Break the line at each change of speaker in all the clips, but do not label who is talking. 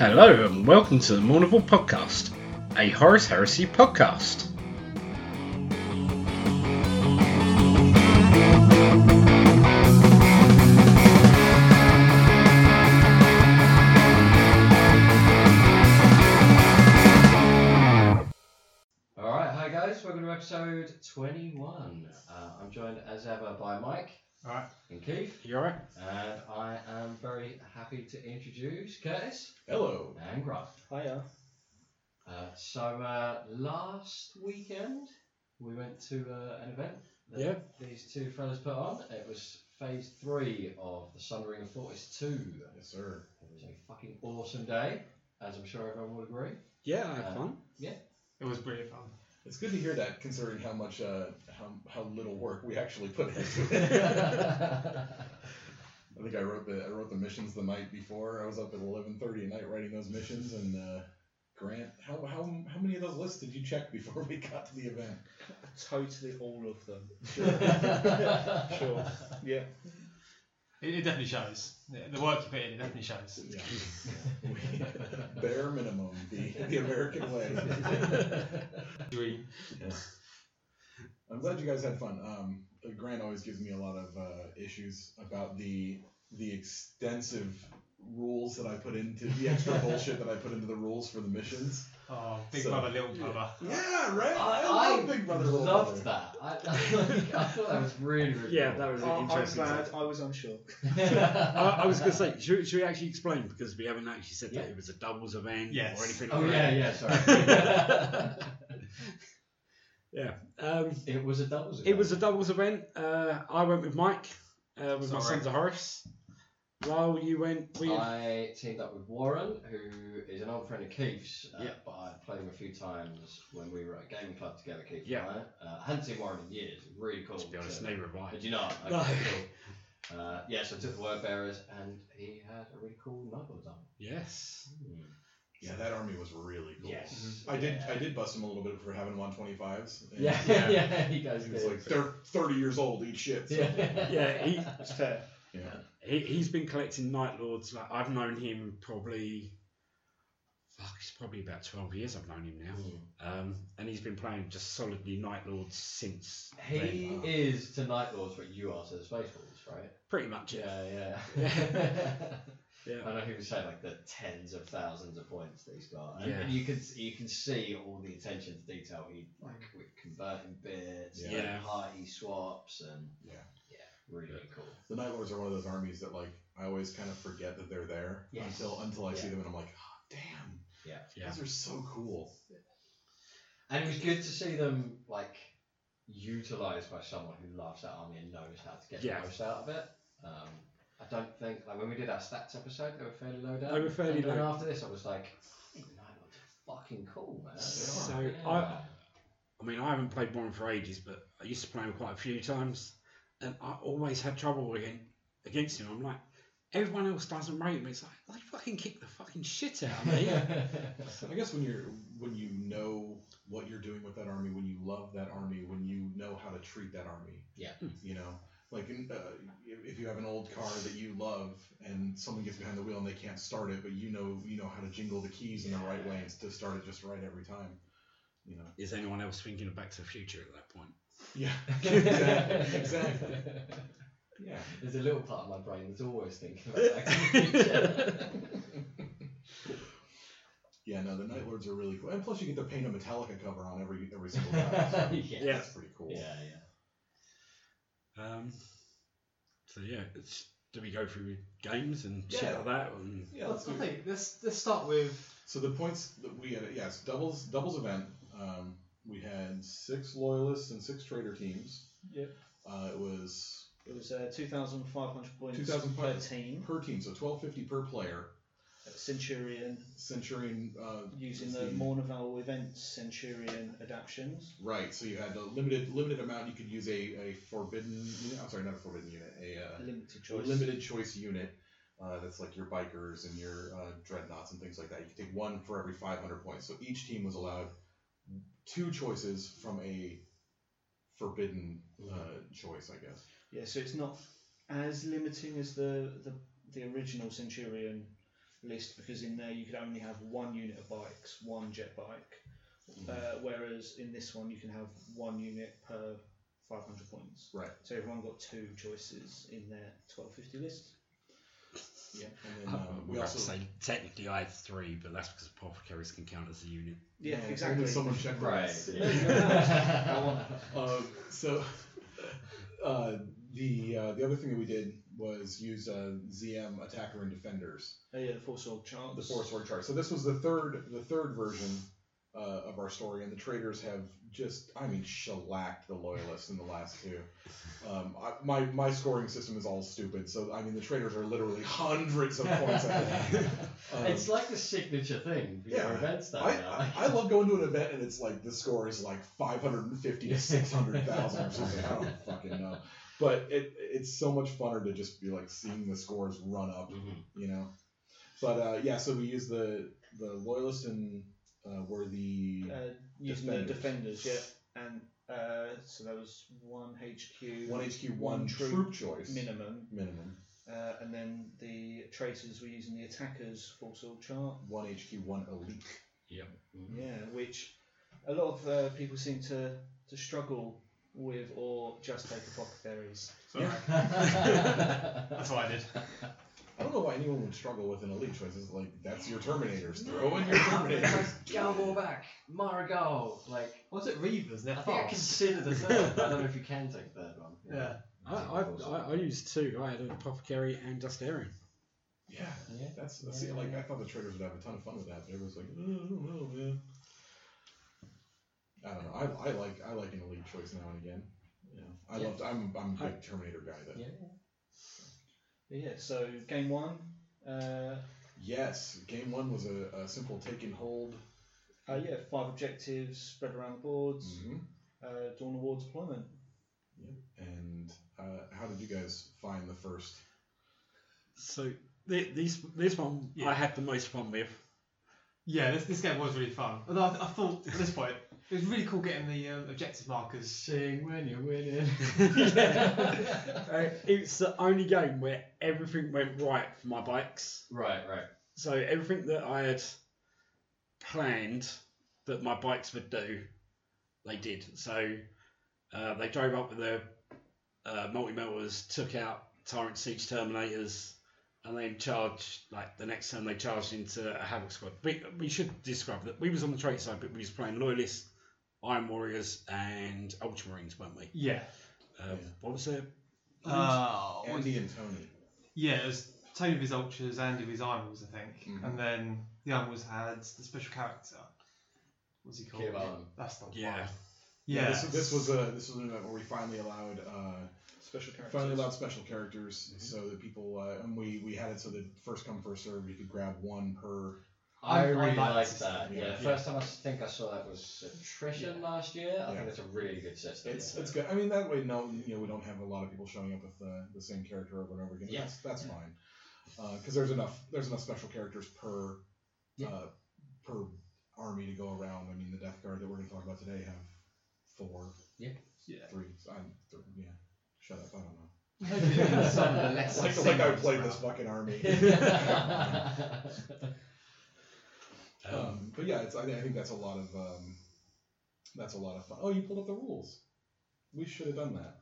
and welcome to the Mournival Podcast, a Horus Heresy podcast.
All right, hi guys. Welcome to episode 21. Uh, I'm joined as ever by Mike
All right.
and Keith,
You all right?
and I am very happy to introduce Curtis
Hello.
and Grant.
Hiya.
Uh, so uh, last weekend we went to uh, an event that
Yeah.
these two fellas put on. It was phase three of the Sundering of Fortis 2. It
Yes, sir.
was a fucking awesome day, as I'm sure everyone will agree.
Yeah, I had
Uh,
fun.
It was pretty fun.
It's good to hear that, considering how much, uh, how, how little work we actually put into it. I think I wrote the I wrote the missions the night before. I was up at eleven thirty at night writing those missions. And uh, Grant, how, how how many of those lists did you check before we got to the event?
Totally all of them.
sure.
Sure. Yeah.
It, it definitely shows. Yeah, the work you put in, it definitely shows.
Yeah. Bare minimum, the, the American way.
Dream.
I'm glad you guys had fun. Um, Grant always gives me a lot of uh, issues about the the extensive rules that I put into the extra bullshit that I put into the rules for the missions.
Oh, big
So-
brother, little brother.
Yeah, right.
I,
I,
I
love Big Brother. Little
loved
Brother.
that. I, I thought that was really, really
Yeah, that
Oh,
was an
cool.
interesting. I was unsure. I, I was going to say, should, should we actually explain because we haven't actually said that it was a doubles event
Yes.
or anything like
Oh yeah,
that.
yeah. Sorry.
Um,
it was a doubles.
it was a doubles event. Uh, I went with Mike, uh, with my
Sorry.
sons of Horace. While you went with
I teamed up with Warren, who is an old friend of Keith's, uh,
Yeah.
but I played him a few times when we were at a gaming club together, Keith. and
Yeah.
I. Uh, I hadn't seen Warren in years. Really cool.
to be honest,
to-
neither of mine.
Did you not?
No.
cool. Uh, yeah, so I took the word bearers, and he had a really cool knuckle done.
Yes.
Yeah, that army was really cool.
Yes.
I did.
Yeah.
I did bust him a little bit for having him on 25s. and
Yeah, yeah,
Yeah.
he goes.
He was
good.
like, they're 30 years old, eat shit. So,
yeah.
Yeah, he-
It's fair.
yeah.
He, he's been collecting Night Lords. Like, I've known him probably. Fuck, it's probably about 12 years I've known him now. Um, and he's been playing just solidly Night Lords since. then.
He is to Night Lords what you are to the Space Wolves, right?
Pretty much, yeah.
Yeah, yeah.
Yeah.
I know people say like the tens of thousands of points that he's got, and,
Yeah.
and you can you can see all the attention to detail he like with converting bits,
Yeah.
yeah,
Yeah.
party swaps, and
Yeah.
yeah, really cool.
The Night Lords are one of those armies that, like, I always kind of forget that they're there
Yes.
until until I see
Yeah.
them and I'm like, oh, damn.
Yeah.
Yeah.
These are so cool.
And it was good to see them like utilized by someone who loves that army and knows how to get
Yeah.
the most out of it. Um, I don't think like when we did our stats episode, they were fairly low down.
They were fairly
and then
low.
after this, I was like, "Night Lords are fucking cool, man. They are.
So,
Yeah.
I- I mean, I haven't played Warren for ages, but I used to play him quite a few times. And I always had trouble again, against him. I'm like, everyone else doesn't rate him. It's like, they fucking kick the fucking shit out of me.
I guess when you're when you know what you're doing with that army, when you love that army, when you know how to treat that army.
Yeah.
Hmm. You know, like in, uh, if- if you have an old car that you love and someone gets behind the wheel and they can't start it, but you know you know how to jingle the keys in the right way and to start it just right every time. You know.
Is anyone else thinking of Back to the Future at that point?
Yeah. exactly. Exactly. Yeah.
There's a little part of my brain that's always thinking about that.
Yeah. No, the Night Lords are really cool, and plus you get to paint a Metallica cover on every every single guy. so
Yes.
Yeah.
That's pretty
yeah,
cool.
yeah.
Um, so, yeah, it's, do we go through games and shit
Yeah.
like that? And,
Yeah.
let's,
Let's do it.
let's, let's start with.
So the points that we had, yes, doubles doubles event. Um, we had six loyalists and six traitor teams.
Yep.
Uh, it was
It was uh, 2,500 points
2,000
per
points.
team.
per team, so twelve fifty per player.
Centurion,
Centurion uh,
using
is
the Mornaval event Centurion adaptions.
right. So you had a limited limited amount. You could use a, a forbidden. Unit, I'm sorry, not a forbidden unit. A uh,
Limited choice.
limited choice unit. Uh, that's like your bikers and your uh, dreadnoughts and things like that. You can take one for every 500 points. So each team was allowed two choices from a forbidden uh, choice, I guess.
Yeah, so it's not as limiting as the, the, the original Centurion list because in there you could only have one unit of bikes, one jet bike,
Hmm.
uh, whereas in this one you can have one unit per 500 points.
Right.
So everyone got two choices in their 1250 list.
Yeah. And then,
Uh,
um,
we
we
have
also
to say technically I have three, but that's because apothecaries can count as a unit.
Yeah,
Yeah,
exactly.
Only someone checked for
Right.
us.
Yeah. I
um, so uh, the uh, the other thing that we did was use uh, ZM attacker and defenders,
Oh, yeah, the four sword chance.
the four sword chart. So this was the third the third version uh, of our story, and the traders have just I mean shellacked the loyalists in the last two. Um, I, my my scoring system is all stupid, so I mean the traders are literally hundreds of points. ahead. Um,
it's like the signature thing for
Yeah.
your events though.
I,
now.
I- I love going to an event and it's like the score is like 550 to 600,000 or something. I don't fucking know. But it it's so much funner to just be like seeing the scores run up,
Mhm.
you know. But uh, yeah, so we use the the loyalist and uh, were the
Uh, using the defenders, yeah. And uh, so that was one HQ
one HQ
one
one
troop
troop, choice
minimum.
minimum
Uh, and then the tracers were using the attackers four sword chart.
one HQ one elite.
Yeah, which a lot of uh, people seem to, to struggle with or just take apothecaries.
Sorry.
Mm-hmm.
That's what I did.
I don't know why anyone would struggle with an elite choice. It's like that's your Terminators. Throw in your Terminators.
Galvor back, Marigold, like
Was it Reavers? They're
I think I
fast.
considered a third. I don't know if you can take third one.
Yeah.
I, I, I, I used two. I had an apothecary and Dustarian.
Yeah.
Yeah.
That's, that's see, like I thought the traders would have a ton of fun with that, but everyone's like, "Uh, I don't know, man. I don't know. I, I like I like an elite choice now and again. You know, I
Yeah.
love. I'm I'm a big Terminator guy though.
Yeah.
But yeah, so game one. Uh,
Yes, game one was a, a simple take and hold.
uh, yeah, five objectives spread around the boards.
Mm.
Uh, Dawn of War deployment.
And uh, how did you guys find the first?
So th- this this one
Yeah.
I had the most fun with.
Yeah, this, this game was really fun. Although I, I thought at this point it was really cool getting the um, objective markers.
Sing when you're winning.
Uh, it's the only game where everything went right for my bikes.
Right, right.
So everything that I had planned that my bikes would do, they did. So uh, they drove up with their uh, multi melters, took out Tyrant Siege Terminators, and then charged. Like the next turn, they charged into a Havoc squad. We, we should describe that we was on the trade side, but we was playing Loyalists, Iron Warriors, and Ultramarines, weren't we?
Yeah.
Uh,
Yeah.
What was it?
Uh,
Andy and Tony.
yeah, it was Tony with his ultras, Andy with his animals, I think.
Mm-hmm.
Mhm.
And then the animals had the special character. What's he called?
Came on.
That's the one.
Yeah.
Yeah.
This, this was a this was an event where we finally allowed. Uh,
Special characters.
Finally allowed special characters, so that people uh, and we we had it so that first come first serve, you could grab one per
I,
I
really
like
like
this
that.
system,
Yeah.
yeah.
First time I think I saw that was attrition last year. I
Yeah.
think that's a really good system.
It's it's good. I mean that way, no, you know, we don't have a lot of people showing up with the, the same character over and over again.
Yeah.
That's that's fine, because there's enough there's enough special characters per
Yeah.
uh, per army to go around. I mean, the Death Guard that we're going to talk about today have four,
Yeah.
three. I'm th- yeah. Shut up! I don't know.
Some of the less
like like I played this fucking army. um, but yeah, it's I, I think that's a lot of um, that's a lot of fun. Oh, you pulled up the rules. We should have done that.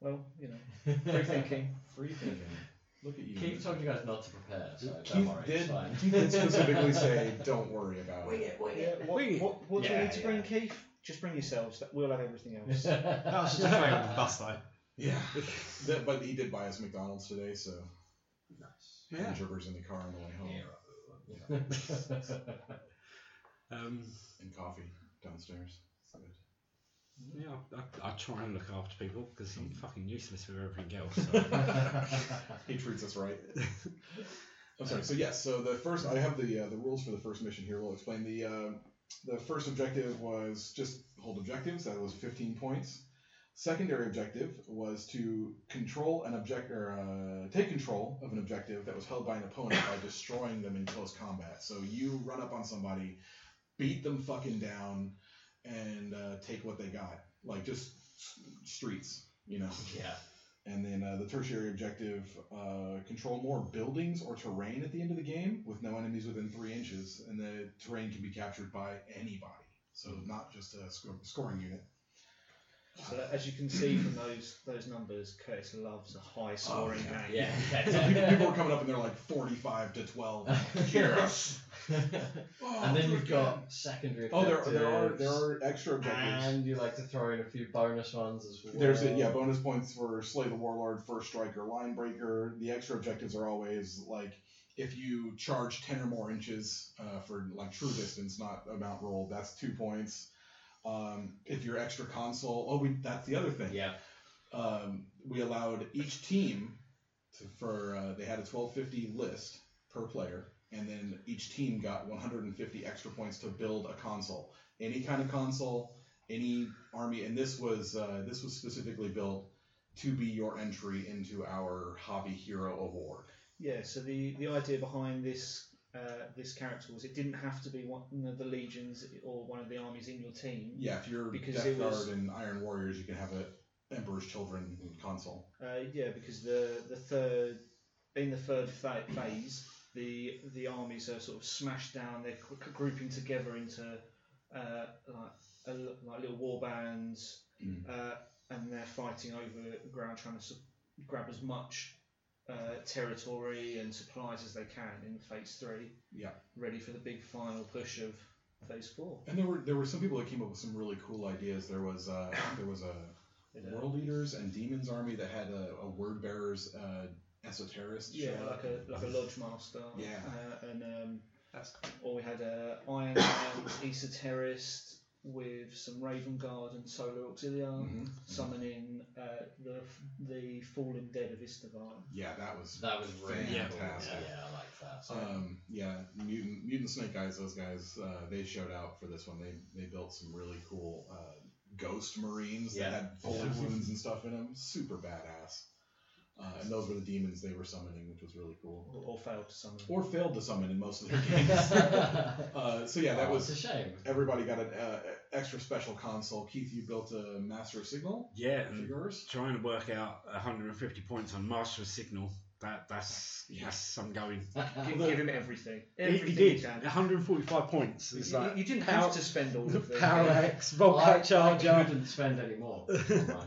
Well, you know, free thinking.
Free thinking. Look at you.
Keith told you guys not to prepare, so don't
Keith
worry.
did,
It's fine.
Keith did specifically say, "Don't worry about it."
Yeah, what,
Wing it.
what, what do we
Yeah,
need to bring,
yeah.
Keith? Just bring yourselves. That We'll have everything else.
That was just going on the bus though.
Yeah, That- but he did buy us McDonald's today, so
Nice.
yeah. hamburgers in the car on the way home
Um,
and coffee downstairs.
yeah, I, I, I try and look after people because I'm fucking useless with everything else. So.
He treats us right. I'm sorry. So yes, so the first I have the uh, the rules for the first mission here. We'll explain the uh, the first objective was just hold objectives. That was 15 points. Secondary objective was to control an object or uh, take control of an objective that was held by an opponent by destroying them in close combat. So you run up on somebody, beat them fucking down, and uh, take what they got. Like just s- streets, you know.
yeah.
And then uh, the tertiary objective: uh, control more buildings or terrain at the end of the game with no enemies within three inches, and the terrain can be captured by anybody, so not just a sco- scoring unit.
So as you can see from those those numbers, Curtis loves a high scoring
yeah.
game.
Oh, Yeah.
So people, people are coming up and they're like forty-five to twelve. Yes. Oh,
and then you've
look at-
got secondary.
Oh, there, there are there
objectives,
are extra objectives.
And you like to throw in a few bonus ones as well.
There's a, yeah bonus points for slay the warlord, first striker, line breaker. The extra objectives are always like if you charge ten or more inches uh, for like true distance, not amount rolled. That's two points. Um, if you're extra console, oh, we, that's the other thing.
Yeah.
Um, we allowed each team to, for uh, they had a 1250 list per player, and then each team got 150 extra points to build a console, any kind of console, any army, and this was uh, this was specifically built to be your entry into our hobby hero award.
Yeah, so the, the idea behind this uh, this character was it didn't have to be one of the legions or one of the armies in your team.
Yeah, if you're
Because
Death
it was-
Guard and Iron Warriors, you can have a Emperor's Children console.
Uh, yeah, because the the third in the third pha- phase, the the armies are sort of smashed down. They're gr- gr- grouping together into uh, like a, l- like little war bands,
Mm.
uh, and they're fighting over the ground, trying to su- grab as much uh, territory and supplies as they can in phase three.
Yeah.
ready for the big final push of phase four.
And there were there were some people that came up with some really cool ideas. There was uh, there was a World Eaters and Demons Army that had a, a Word Bearers uh, esoterist.
Yeah,
show up.
like a like a lodge master.
Yeah.
Uh, and um,
That's cool.
or we had a Iron Man esoterist with some Raven Guard and Solar Auxiliar
Mm-hmm.
Mhm.
summoning uh, the the fallen dead of Istvan.
Yeah, that was.
That was really
Yeah.
cool.
Fantastic.
Yeah, I like that.
Um, yeah, mutant mutant snake eyes. Those guys, uh, they showed out for this one. They they built some really cool uh, ghost marines
Yeah.
that had bullet wounds and stuff in them. Super badass. Uh, and those were the demons they were summoning, which was really cool.
Or, or failed to summon.
Or failed to summon in most of their games. uh, so yeah, that
Oh,
was
it's a shame.
everybody got an uh, extra special console. Keith, you built a master signal
Yeah,
for
and
yours.
trying to work out 150 points on Master of Signal. That that's
Yeah.
that's some going.
Give, give him everything.
He, he
Everything
did
can.
145 points.
You,
It's like
you didn't
power-
have to spend all of it.
Power X,
I,
Volcat
I
Charger.
couldn't spend any more. on mine.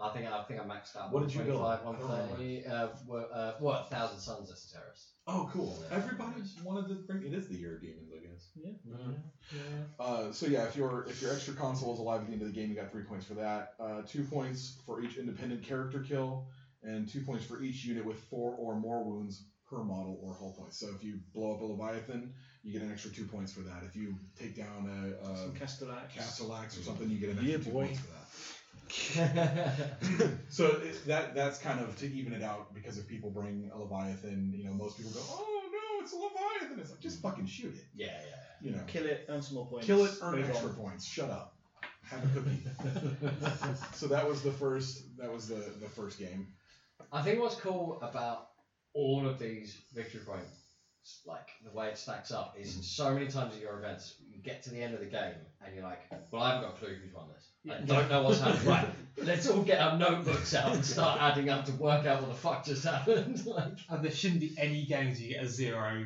I think I think I maxed out.
What did you build?
125,
Oh I don't
130, uh, were- uh, what Thousand Suns as a terrorist.
Oh, cool!
Yeah.
Everybody wanted to bring. It is the year of demons, I guess. Mm-hmm.
Yeah.
Uh, so yeah, if your if your extra console is alive at the end of the game, you got three points for that. Uh, two points for each independent character kill, and two points for each unit with four or more wounds per model or hull point. So if you blow up a leviathan, you get an extra two points for that. If you take down a,
Some
a
Castellax.
castellax or something, you get an extra
Yeah,
two
boy.
points for that. So it, that that's kind of to even it out because if people bring a leviathan, you know, most people go, "Oh no, it's a leviathan!" It's like just fucking shoot it,
yeah,
you know,
Kill it, earn some more points.
kill Mm-hmm. it, earn
move
extra
on.
points. Shut up, have a cookie.
yeah.
so that was the first. That was the the first game.
I think what's cool about all of these victory point, like the way it stacks up, is so many times at your events, you get to the end of the game and you're like, well, I haven't got a clue who's won this. I
Yeah.
don't know what's happened. right, let's all get our notebooks out and start adding up to work out what the fuck just happened. like,
And there shouldn't be any games you get a zero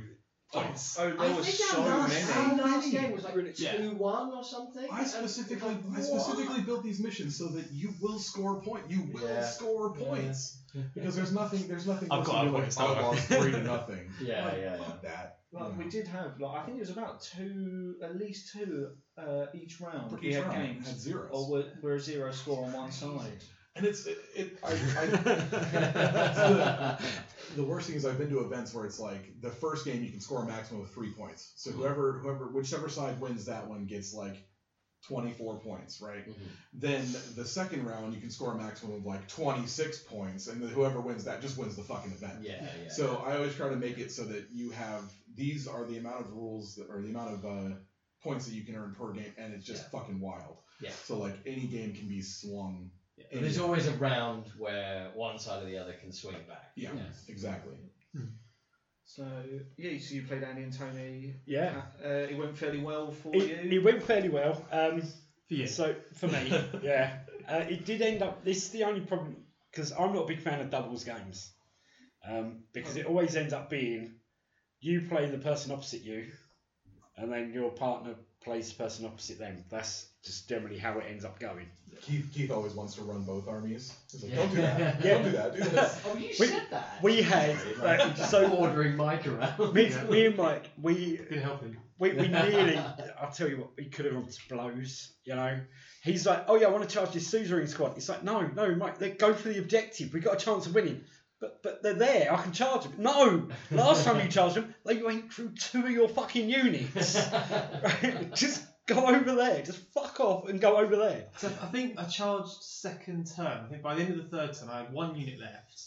points.
Oh, there was so many.
many.
last game was like
Yeah.
2 1 or something.
I specifically I specifically built these missions so that you will score point. You will
Yeah.
score
Yeah.
points because there's nothing there's nothing.
I've
else
got
to
our
do, like,
points, don't
I
worry.
lost three to nothing.
Yeah,
Like,
yeah,
fuck that.
Like, we did have, like, I think it was about two, at least two uh, each round.
For
we
each
had
round,
games. Oh,
had zeros.
or were, were a zero score on one side.
And it's it. it I, I, the worst thing is I've been to events where it's like the first game you can score a maximum of three points.
Mm-hmm.
So whoever whoever whichever side wins that one gets like twenty four points, right?
Mhm.
Then the second round you can score a maximum of like twenty six points, and then whoever wins that just wins the fucking event.
yeah, yeah.
So I always try to make it so that you have these are the amount of rules that, or the amount of uh, points that you can earn per game, and it's just
Yeah.
fucking wild.
Yeah.
So like any game can be slung.
Yeah. There's
Mm.
always a round where one side or the other can swing back.
Yeah. Exactly.
So yeah, so you played Andy and Tony.
Yeah.
Uh, it went fairly well for
It,
you.
it went fairly well. Um,
For you.
So for me, yeah, uh, it did end up. This is the only problem
because I'm not a big fan of doubles games um, because it always ends up being you play the person opposite you, and then your partner plays the person opposite them. That's just generally how it ends up going.
Keith, Keith always wants to run both armies. He's like,
Yeah.
don't do that.
Yeah.
Don't do that. Do this.
Oh, you
We-
said that.
We had like, so
ordering Mike around.
me, me and Mike we
Been helping.
We, we nearly, I'll tell you what, we could have gone to blows, you know. He's like, oh yeah, I want to charge this suzerain squad. It's like, no, no, Mike, they go for the objective. we got a chance of winning. But but they're there, I can charge them. No, last time you charged them, they went through two of your fucking units. Right? Just go over there. Just fuck off and go over there.
So I think I charged second turn. I think by the end of the third turn, I had one unit left,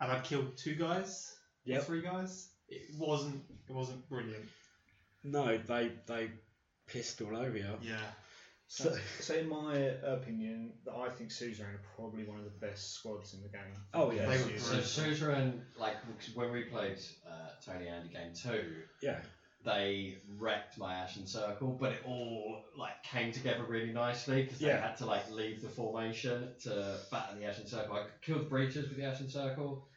and I'd killed two guys, or
Yep.
three guys. It wasn't. It wasn't brilliant.
No, they they pissed all over you.
Yeah.
So,
So, in my opinion, that I think Suzerain are probably one of the best squads in the game.
Oh, yeah.
They were
so
brilliant.
Suzerain, like when we played uh, Tony Andy game two,
yeah.
they wrecked my Ashen Circle, but it all like came together really nicely because they
Yeah.
had to like leave the formation to batter the Ashen Circle. I killed the breaches with the Ashen Circle.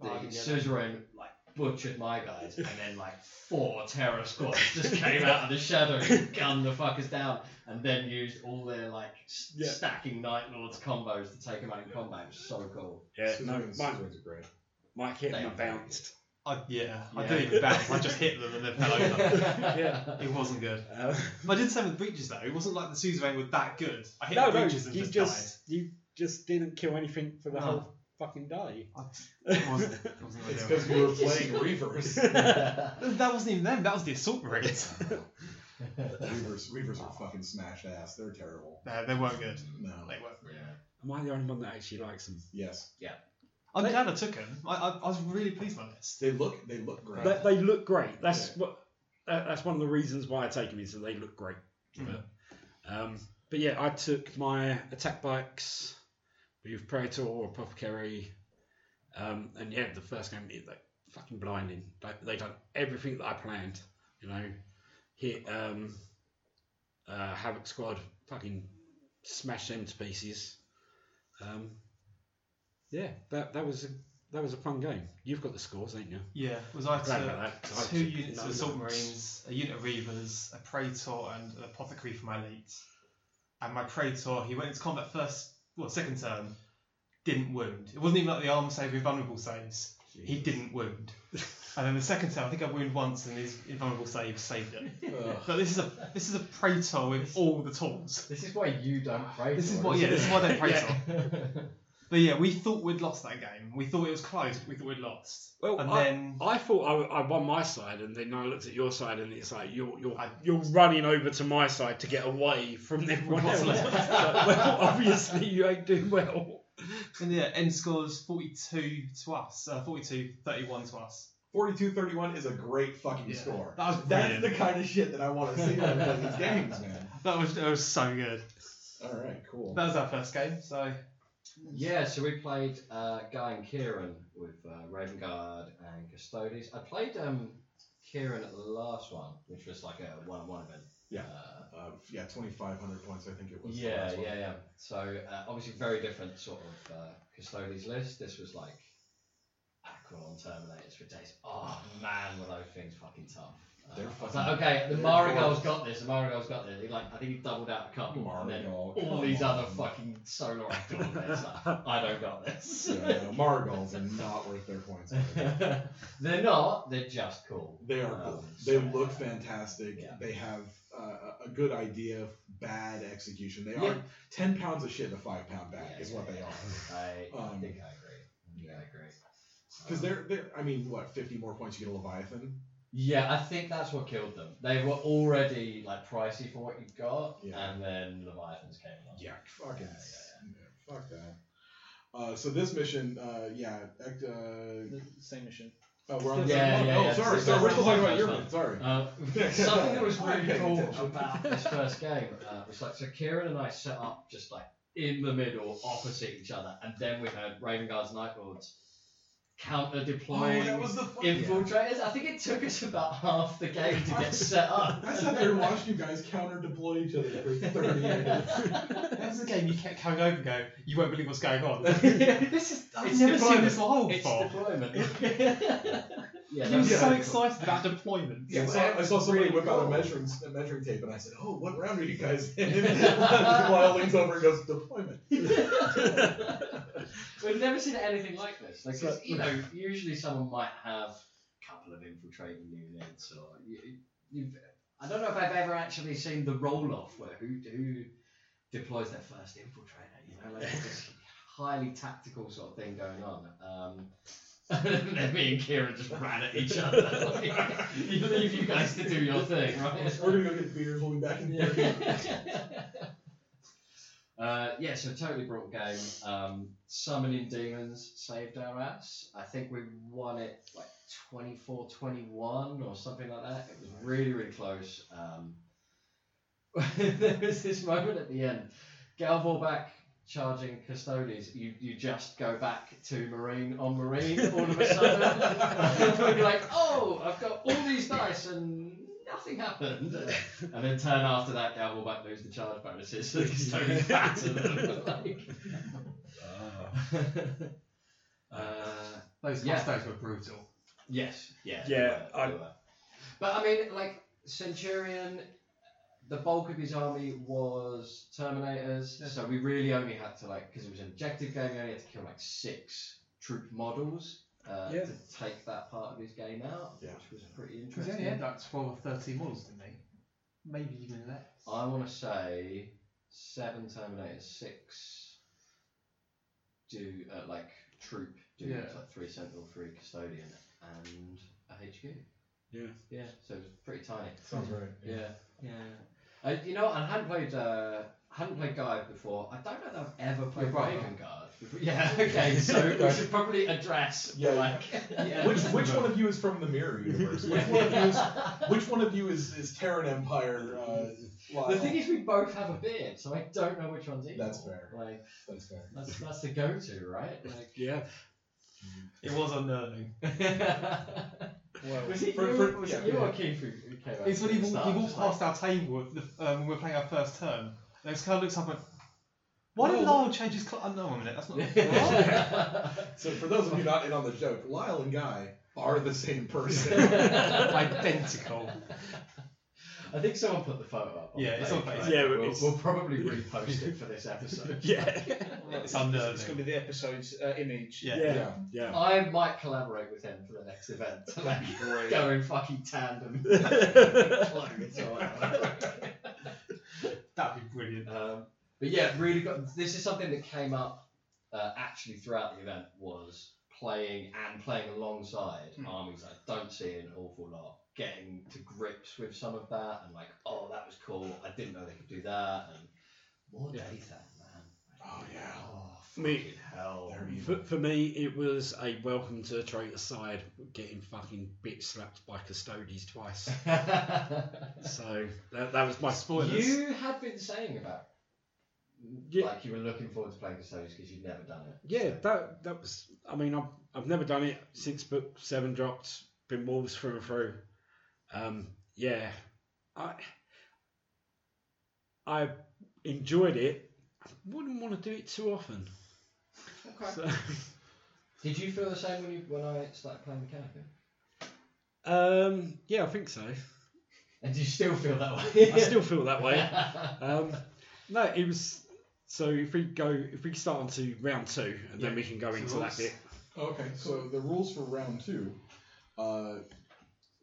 The
Oh, I didn't get that.
Suzerain like butchered my guys, and then like four terror squads just came out of the shadow, and gunned the fuckers down, and then used all their like s-
Yeah.
stacking Night Lords combos to take them out in combat. Which is so cool.
Yeah, no,
Suzerains-
Mike,
Suzerains are great.
Mike hit
They-
and I bounced.
I, yeah, I
Yeah.
didn't even bounce. I just hit them and then fell over.
Yeah.
It wasn't good.
Uh,
I did say with breaches though. It wasn't like the suzerain were that good. I hit
No,
the
no,
breaches and
you
just,
just you just didn't kill anything for the
No.
whole fucking day.
died. I, it wasn't. It wasn't
It's
ideal.
because we were playing Reavers.
that wasn't even them. That was the assault marines.
Reavers, Reavers are fucking smash ass. They're terrible.
no, they weren't good.
No.
They weren't.
yeah.
Am I the only one that actually likes them?
Yes.
I'm
They-
glad I took them. I, I, I was really pleased with my list.
They look. They look great.
They, they look great. That's what. That, that's one of the reasons why I take them is that they look great.
Mm.
But, um, but yeah, I took my attack bikes with Praetor or Apothecary, um, and yeah, the first game it, like fucking blinding. They they done everything that I planned. You know, hit um, uh, Havoc Squad, fucking smash them to pieces. Um, yeah, that that was a, that was a fun game. You've got the scores, ain't you?
Yeah, was I
Glad
to
about that, 'cause I
two
took
units of
no
assault
notes.
marines, a unit of reavers, a praetor, and an apothecary for my elite. And my praetor, he went into combat first, well, second turn, didn't wound. It wasn't even like the arm save or vulnerable saves. He didn't wound. And then the second time, I think I wound once, and his invulnerable save saved it.
Ugh.
But this is a this is a praetor with all the tools.
This is why you don't pray.
This
for
is
it,
what yeah,
isn't
this is why they're praetor.
it?
But yeah, we thought we'd lost that game. We thought it was close. But we thought we'd lost.
Well,
and
I-
then
I thought I, I won my side, and then I looked at your side, and it's like you're you're
I-
you're running over to my side to get away from everyone
What's
else.
left?
It's like, well, obviously you ain't doing well.
and yeah, end scores 42 to us, uh, 42 31 to us.
42-31 is a great fucking
Yeah.
score.
That was
That's
brilliant.
the kind of shit that I want to see when I play these games, man.
That was that was so good.
All right, cool.
That was our first game. So
Yeah, so we played uh, Guy and Kieran with uh, Raven Guard and Custodes. I played um, Kieran at the last one, which was like a one-on-one event.
Yeah.
Uh,
Uh, yeah, 2,500 points, I think it was. the
yeah,
last one.
yeah, yeah. So uh, obviously, very different sort of uh, Custodes list. This was like Aquilon Terminators for days. Oh man, were those things fucking tough. Uh,
They're
I was
fucking-
like, okay, the
they're
Marigold's
gorgeous.
got this. The Marigold's got this. He, like, I think he doubled out a couple, and then
Marigold,
all
come
these
on.
other fucking solar actors. like, I don't got this.
Yeah, no, Marigolds are not worth their points.
they're not. They're just cool.
They are
Um,
cool.
so-
They look fantastic.
Yeah.
They have uh, a- a good idea, bad execution. They
Yeah.
are 10 pounds of shit in a 5 pound
Yeah,
bag, is
yeah,
what they
yeah.
are.
I, I
Um,
think I agree. Yeah, I agree.
Because
Um,
they're, they're, I mean, what, 50 more points you get a Leviathan?
Yeah, I think that's what killed them. They were already like pricey for what you got,
Yeah.
and then Leviathans came along.
Yeah, fucking.
Yeah, yeah,
yeah, fuck that. Uh, so this mission, uh, yeah, act, uh,
The same mission.
oh, we're on the
Yeah,
same
yeah,
one.
yeah,
oh, sorry,
it's
sorry, we're
the
still
same
talking
one,
about your
sorry.
one. Sorry.
Uh, something that was
I'm
really
paying
cool
attention.
about this first game uh, was like so Kieran and I set up just like in the middle, opposite each other, and then we had Raven Guards Night Lords counter
Oh,
deploying
that was the fun.
infiltrators. I think it took us about half the game to get set up.
I sat there and watched you guys counter deploy each other for 30 minutes.
That was the game you kept coming over and go, you won't believe what's going on. this is, I've
It's
never
deployment.
seen this level
It's
before.
deployment. yeah,
He was
that's
so
cool.
excited about deployment.
Yeah,
It
so I, I
was
saw somebody
really
whip out a
cool.
measuring, a measuring tape, and I said, "Oh, what round are you guys in?" Meanwhile, leans over and goes, "Deployment."
We've never seen anything like this. Like,
So-
'cause, you know, usually someone might have a couple of infiltrating units, or you, you've. I don't know if I've ever actually seen the roll off where who who deploys their first infiltrator. You know, like it's this highly tactical sort of thing going on. Um, and then me and Kieran just ran at each other. Like, you leave you guys to do your thing, right?
We're gonna go get beers. We'll be back in the
Yeah. uh, yeah, so totally brought game. Um, summoning demons saved our ass. I think we won it like 24 21 or something like that. It was really, really close. Um, there was this moment at the end. Galvor back charging custodies. You, you just go back to Marine on Marine all of a sudden. You're like, oh, I've got all these dice and nothing happened. And then turn after that, Galvor back lose the charge bonuses. So the custodies back to them. like, uh,
Those
Yeah.
custodes were brutal.
Yes. Yeah.
Yeah,
they were, they were. But I mean, like Centurion, the bulk of his army was Terminators, so we really only had to like because it was an objective game. We only had to kill like six troop models uh,
Yeah.
to take that part of his game out,
Yeah.
which was pretty
Because
interesting.
they only had like 12 or 13 models, didn't they? Maybe even less.
I want to say seven Terminators, six do uh, like troop dudes,
Yeah.
like three Sentinel, three Custodian, and a HQ.
Yeah.
Yeah. So it was pretty tiny.
Sounds right.
Yeah. Yeah. I, you know, I hadn't played uh, hadn't played Guide before. I don't know that I've ever played
You're right.
Raven Guard. Before. Yeah. Okay. So we should probably address
Yeah.
like
Yeah.
Which which one of you is from the Mirror Universe? Which one of you is which one of you is, is Terran Empire? Uh,
The
Lyle?
thing is, we both have a beard, so I don't know which one's evil.
That's fair.
Like
that's fair.
that's that's the go-to, right?
Yeah.
It was unnerving.
Like.
Well,
Was it
For-
you,
for-
was
yeah,
it you
yeah.
or Keith who who came up
It's when
with the
he walked,
start,
he
I'm
walked
just like,
past our table at the, um, when we were playing our first turn. And this kind of looks up and why did
Whoa.
Lyle change his clothes? Oh, no, one minute, that's not. what?
Yeah.
So for those of you not in on the joke, Lyle and Guy are the same person.
Identical.
I think someone put the photo up. on
Yeah,
the
it's
page,
on Facebook.
right?
Yeah, but
we'll,
it's-
we'll probably repost it for this episode.
Yeah.
It's
it's going
unnerving.
to be the episode's uh, image.
Yeah.
Yeah.
yeah.
Yeah.
I might collaborate with him for the next event. to, Like, go in fucking tandem. clothes or whatever.
That'd be brilliant.
Um, but yeah, really got. This is something that came up uh, actually throughout the event was playing and playing alongside
Hmm.
armies that I don't see an awful lot. Getting to grips with some of that and like, oh, that was cool. I didn't know they could do that. And more
Yeah.
data, man.
Oh yeah.
Oh,
Me-
fucking hell.
They're
For,
evil.
for me, it was a welcome to traitor side, getting fucking bitch slapped by custodies twice. So that, that was my
Spoilers.
you had been saying about
Yeah.
like you were looking forward to playing Custodians because you'd never done it.
Yeah, that that was. I mean, I've I've never done it since book seven dropped. Been wolves through and through. Um, yeah, I I enjoyed it. I wouldn't want to do it too often. So,
Did you feel the same when you when I started playing Mechanicum?
um, yeah, I think so.
And do you still feel that way?
I still feel that way. Um, no, it was. So if we go, if we start on to round two, and then
Yeah.
we can go
So
into that
rules.
bit.
Okay, so the rules for round two. Uh,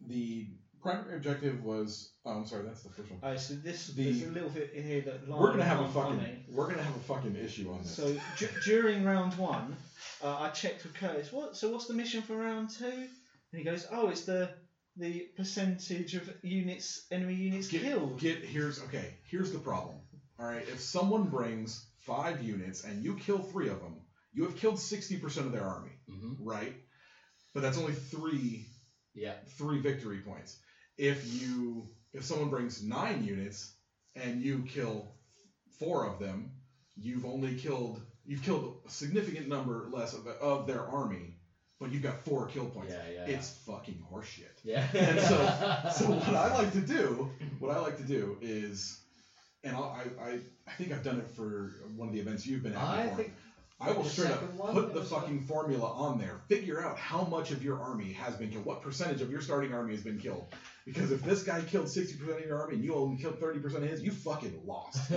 the primary objective was. Oh, I'm sorry, that's the first one.
Uh, so this
The-
there's a little bit in here that
We're gonna
Lyle
have a
can't
fucking.
find.
We're gonna have a fucking issue on this.
So d- during round one, uh, I checked with Curtis. What? So what's the mission for round two? And he goes, Oh, it's the the percentage of units enemy units
Get-
killed.
Get here's okay. Here's the problem. All right, if someone brings five units and you kill three of them, you have killed sixty percent of their army,
Mhm.
right? But that's only three
Yeah.
three victory points. If you if someone brings nine units and you kill four of them, you've only killed you've killed a significant number less of, of their army, but you've got four kill points.
Yeah, yeah.
It's fucking horseshit.
yeah.
And so- So what I like to do, what I like to do is, and I'll, I, I, I think I've done it for one of the events you've been at
I
before.
think
I will
the
straight up
second one
put the
was
fucking formula on there. Figure out how much of your army has been killed. What percentage of your starting army has been killed? Because if this guy killed sixty percent of your army and you only killed thirty percent of his, you fucking lost.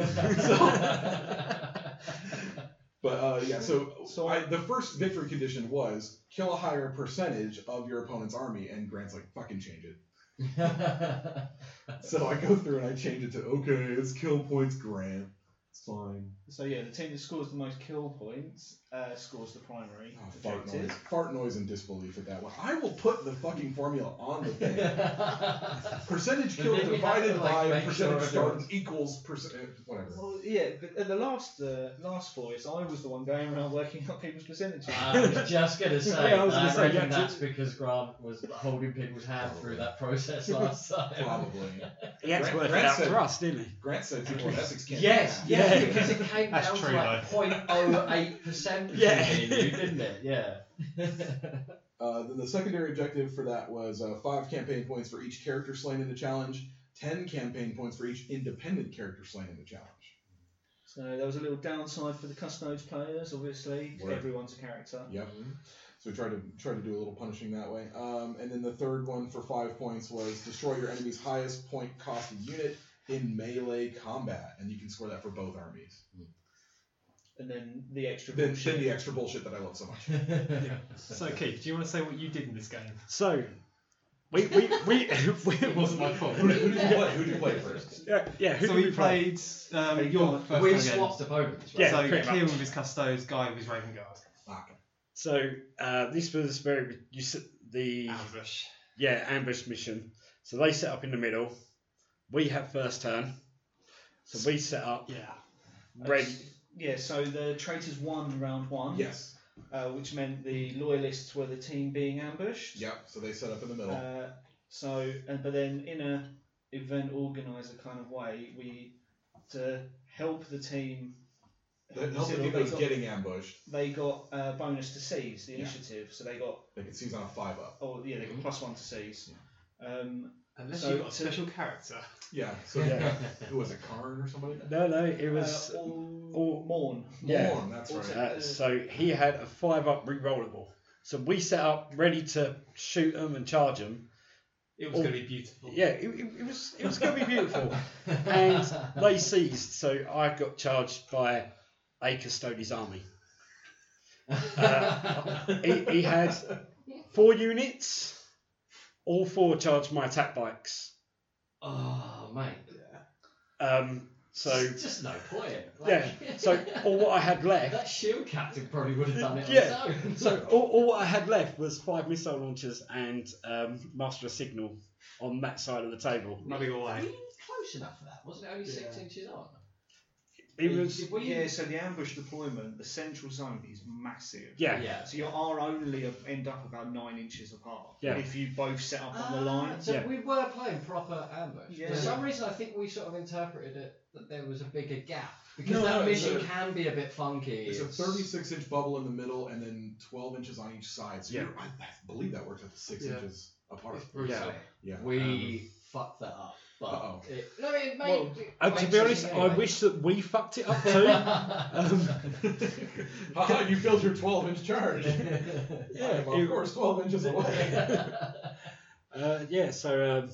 But uh, yeah, so,
So-
I, the first victory condition was kill a higher percentage of your opponent's army, and Grant's like, fucking change it. So I go through and I change it to okay, it's kill points, Grant. It's fine.
So yeah, the team that scores the most kill points uh, scores the primary
Oh, fart noise.
objective.
Fart noise and disbelief at that one. I will put the fucking formula on the thing. percentage
But
kill
then we have to,
divided
like,
by
make sure
percentage started
everyone's-
equals percent whatever.
Well, yeah, but at the last uh, last voice, I was the one going around working out people's percentages.
I was just gonna say,
Yeah, I
I,
was gonna say,
reckon
yeah,
that's because Grant was holding people's hand
Oh,
through that process last time.
Probably.
He had
Grant-
to work it
Grant
out
said-
for us, didn't he?
Grant said people in Essex can't.
Yes,
do
yes,
Yeah.
because it came
That's
down
true,
to like 0.08 percent between
Yeah.
me and you, didn't it? Yeah.
that. Uh, then the secondary objective for that was uh, five campaign points for each character slain in the challenge, ten campaign points for each independent character slain in the challenge.
So there was a little downside for the custodes players, obviously.
Right.
Everyone's a character.
Yep.
Mm-hmm.
So we tried to try to do a little punishing that way. Um, and then the third one for five points was destroy your enemy's highest point cost unit in melee combat, and you can score that for both armies.
And then the extra
Then,
bullshit.
then the extra bullshit that I love so much.
So Keith, do you want to say what you did in this game?
So we we we, we
It wasn't my fault.
who, did, who did you play? Who did you play first?
yeah, yeah who
so
did
we
we play?
played um,
Hey,
your
God.
first
we
game.
swapped opponents, right?
Yeah,
so
pretty
Kim
much.
with his custodes, Guy with his Raven Guard.
Ah,
So uh, this was very you s- the
Ambush.
yeah ambush mission. So they set up in the middle. We had first turn. So we set up
Yeah.
red.
Yeah, so the traitors won round one,
Yes.
uh, which meant the loyalists were the team being ambushed.
Yep. So they set up in the middle.
Uh, so, and but then in a event organizer kind of way, we to help the team.
They helped the
Civil-
people
they
that was
got,
getting ambushed.
they got uh, bonus to seize the
Yeah.
initiative, so they got
They could seize on a five up.
oh yeah they got plus one to seize. Um,
Unless
So-
you got a special character.
Yeah. So
Yeah.
who was it? Karn or somebody?
No, no, it was
uh, all,
all-
Morn.
yeah.
Morn, that's right.
Uh, so he had a five up rerollable. So we set up ready to shoot them and charge them.
It was
Oh.
going to be beautiful.
Yeah, it, it, it was it was going to be beautiful. and they seized, so I got charged by a custodian's army. He, he had four units. All four charged my attack bikes.
oh, mate.
Um, so
Just- just no point.
yeah, so all what I had left.
That shield captain probably would have done it
Yeah.
on his own.
So all, all what I had left was five missile launchers and um, master of signal on that side of the table.
Running
Were
away.
you close enough for that? Wasn't it only six
Yeah.
inches on?
It was
Did we-
Yeah, so the ambush deployment, the central zone is massive.
yeah.
Yeah.
So you are only a- end up about nine inches apart
Yeah.
if you both set up on the
Ah,
line.
So
Yeah.
we were playing proper ambush.
Yeah.
For some reason, I think we sort of interpreted it that there was a bigger gap because
No,
that
no, it's
mission
a-
can be a bit funky.
It's a 36 inch bubble in the middle and then 12 inches on each side. So
Yeah.
you're, I, I believe that works out to six
Yeah.
inches apart.
It's brutal.
Yeah.
Yeah.
We
Um,
fucked that up, but
Uh-oh.
it, no, it made.
Well,
it
And uh, to
makes
be honest,
sense
I
anyway.
wish that we fucked it up too. um,
haha, you filled your 12 inch charge.
Yeah,
I am, of
it-
course, 12 inches away.
Uh, yeah, so um,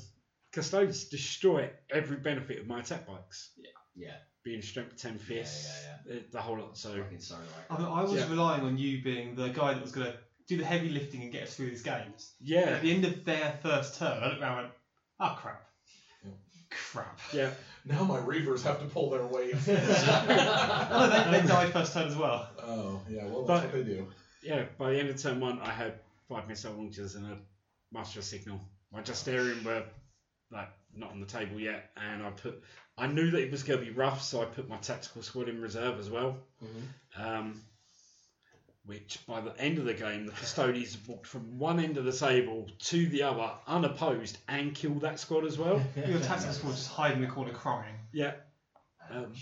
Custodes destroy every benefit of my attack bikes.
yeah,
Being strength 10 fists,
Yeah,
The, the whole lot. So,
fucking sorry.
I, mean, I was
Yeah.
relying on you being the guy that was going to do the heavy lifting and get us through these games. And
yeah,
At the end of their first turn, I looked around and went, oh, crap.
Yeah.
Crap.
yeah.
Now my reavers have to pull their weight.
Oh, no, they, they died first turn as well.
oh, yeah, well, that's
But-
what they do.
Yeah, by the end of turn one, I had five missile launchers and a master of signal. My Justarian were like not on the table yet, and I put. I knew that it was going to be rough, so I put my tactical squad in reserve as well. Um, which by the end of the game, the custodians walked from one end of the table to the other unopposed and killed that squad as well.
Your tactics squad just hide in the corner crying.
Yeah. Um,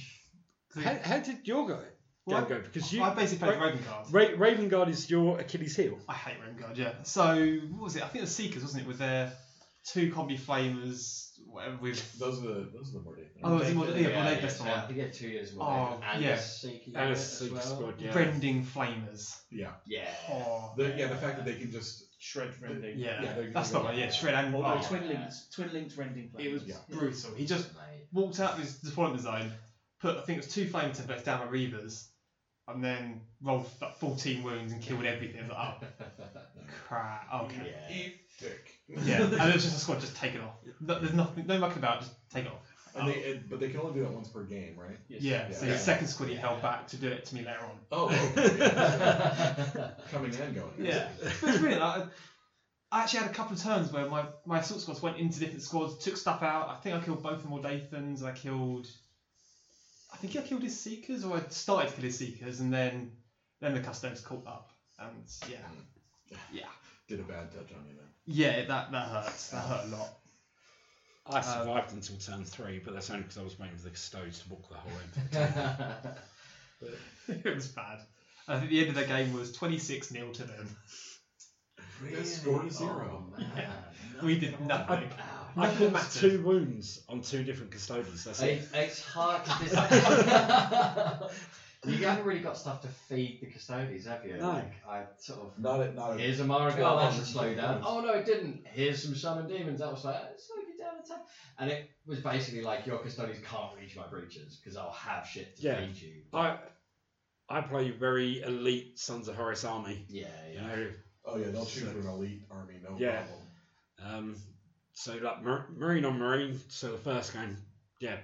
how, how did your go?
Well,
Gengo, because you
I basically played Raven Guard.
Ra- Raven Guard is your Achilles heel.
I hate Raven Guard, yeah. So, what was it? I think it was Seekers, wasn't it? With their two combi flamers, whatever, with
Those are the those are the more dates.
Oh, it's more- yeah, well, they best
so
one.
I think yeah, two years more.
Oh,
and
yeah.
Seeking
And a
as
Seeker
well.
squad, yeah.
rending flamers.
yeah.
Yeah.
Oh,
The, yeah, the fact that they can just
Shred rending.
yeah.
yeah, they're-
That's not right, yeah. Shred and.
Or
oh,
no, twin linked, twin linked rending.
it was
Yeah.
brutal. He just
Mate.
walked out of his deployment zone, put I think it was two flame templates down my Reavers, and then rolled like 14 wounds and killed everything. It was like, oh, crap. Okay.
Yeah.
eat dick.
Yeah. and it was just a squad just take it off. No, there's nothing, no mucking about, just take it off.
And they, it, but they can only do that once per game, right?
Yeah. So
Yeah.
the second squad he held back to do it to me later on.
Oh, okay. coming and going.
Yeah. but it's brilliant. I, I actually had a couple of turns where my, my assault squads went into different squads, took stuff out. I think I killed both the Mordathans. I killed. I think I killed his Seekers, or I started to kill his Seekers, and then then the Custodes caught up. And yeah.
Did a bad touch on you then.
Yeah, that, that hurts. That hurt a lot.
I survived until turn three, but that's only because I was waiting for the custodes to walk the whole end.
it was bad. I think the end of the game was 26 nil to them.
They scored zero.
Oh, man.
We did nothing.
Wow.
I caught
Nothing mattered.
two wounds on two different custodians. That's it.
It- it's hard to dis- You haven't really got stuff to feed the custodians, have you?
No.
Like, I sort of.
Not at not at
Here's a Maragon,
Well,
that
um,
should slow you down. Oh no, it didn't. Here's some summon demons. That was like, "Oh, slow you down a tad. And it was basically like, your custodians can't reach my breaches because I'll have shit to
Yeah.
feed you.
I I play very elite Sons of Horus army.
Yeah,
You
yeah.
know,
Oh yeah, they'll shoot through an elite army, no
Yeah.
problem.
Um, so like mar- marine on marine. So the first game, yeah,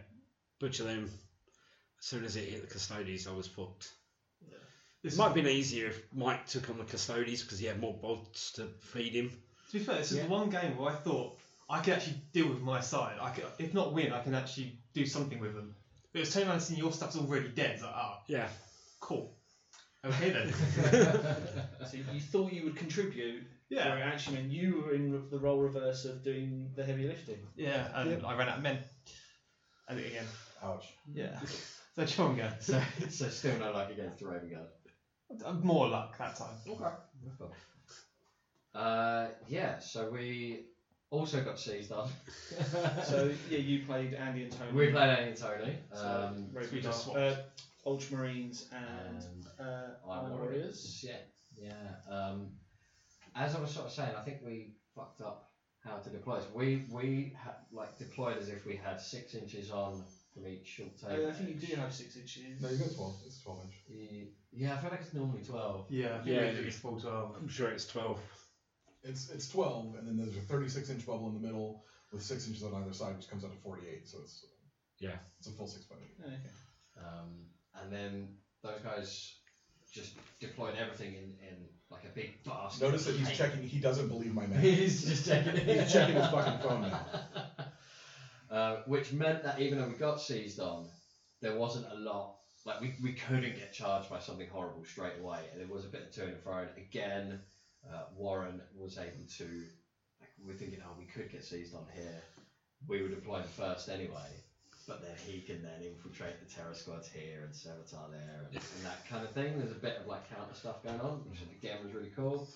butcher them. As soon as it hit the custodies, I was fucked. It
This
might have been easier if Mike took on the custodies because he had more bolts to feed him.
To be fair, this is
Yeah.
the one game where I thought I could actually deal with my side. I could, if not win, I can actually do something with them. But it was turning around and seeing your stuff's already dead. It's like, ah,
Yeah,
cool. Okay then.
So you thought you would contribute,
yeah.
where it actually meant you were in the role reverse of doing the heavy lifting.
Yeah. And I ran out of men. And again.
Ouch.
Yeah. So Chonga. So
so still no luck against the Raven Guard.
more luck that time.
Okay. Uh, yeah, so we also got seized on.
So yeah, you played Andy and Tony.
we played Annie and Tony.
So,
Um,
Raven
we just
Guard, uh, Ultramarines and
and
uh,
Iron
Iron Warriors.
Warriors. Yeah, yeah. Um, as I was sort of saying, I think we fucked up how to deploy. So we we ha- like deployed as if we had six inches on from each short
Oh,
table.
Uh, I think you do have six inches.
No, you got twelve. It's twelve inch.
Y- Yeah, I feel like it's normally twelve.
Yeah.
Yeah,
It was full twelve.
I'm sure it's twelve.
It's it's twelve, and then there's a thirty-six inch bubble in the middle with six inches on either side, which comes out to forty-eight. So it's
Yeah.
it's a full six by eight.
Okay.
Um, and then those guys just deployed everything in, in like a big basket.
Notice that he's
Hey.
checking. He doesn't believe my math.
He's just checking.
He's checking his fucking phone now.
Uh, which meant that even though we got seized on, there wasn't a lot. Like we, we couldn't get charged by something horrible straight away, and there was a bit of to and fro. And again, uh, Warren was able to. Like, we're thinking, oh, we could get seized on here. We would deploy first anyway, but then he can then infiltrate the terror squads here and sabotage there and, and that kind of thing. There's a bit of like counter stuff going on, which again was really cool.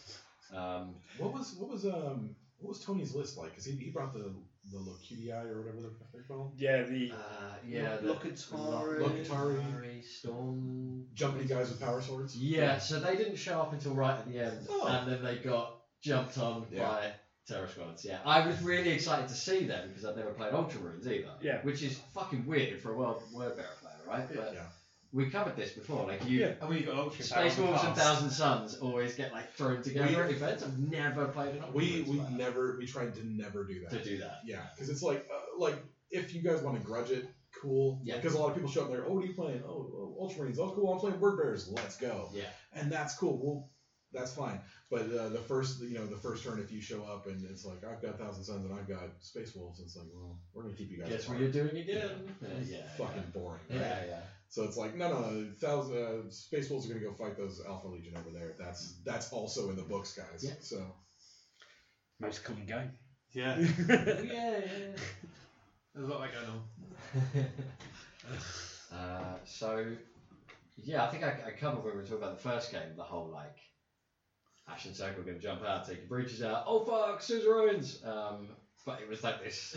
Um,
What was what was um what was Tony's list like? Because he, he brought the the Locutii or whatever they're- they're called.
Yeah, the
Uh, yeah, the
Locatari.
Locatari, Storm.
Jumping guys with power swords.
Yeah, so they didn't show up until right at the end,
Oh.
and then they got jumped on
Yeah.
by terror squads. Yeah, I was really excited to see them because I've never played Ultramarines either.
Yeah.
which is fucking weird for a world word bearer player, right? But
Yeah.
we covered this before. Like you,
Yeah.
And we got ultra
Space
power
Wolves and
class.
Thousand Suns always get like thrown together at events. I've never played an Ultramarines
We we
player
never we tried to never do that.
to do that.
Yeah, because it's like uh, like if you guys want to grudge it, cool.
Yeah.
Because a lot of people show up there. Oh, what are you playing? Oh, oh Ultramarines. Oh, cool. I'm playing Word Bears. Let's go.
Yeah.
And that's cool. Well, that's fine. But uh, the first you know the first turn, if you show up and it's like I've got Thousand Suns and I've got Space Wolves, it's like well we're gonna keep you guys.
Guess what
apart.
you're doing again? Yeah,
It's
yeah.
fucking boring.
yeah.
Right?
yeah, yeah.
So it's like no no thousand uh, Space Wolves are gonna go fight those Alpha Legion over there. That's that's also in the books, guys.
Yeah.
So
most common game.
Yeah.
yeah, yeah, yeah.
There's a lot of that going on.
uh, so Yeah, I think I, I covered when we were talking about the first game, the whole like Ash and Circle are going to jump out, take your breaches out. Oh fuck, suzerains! Um, but it was like this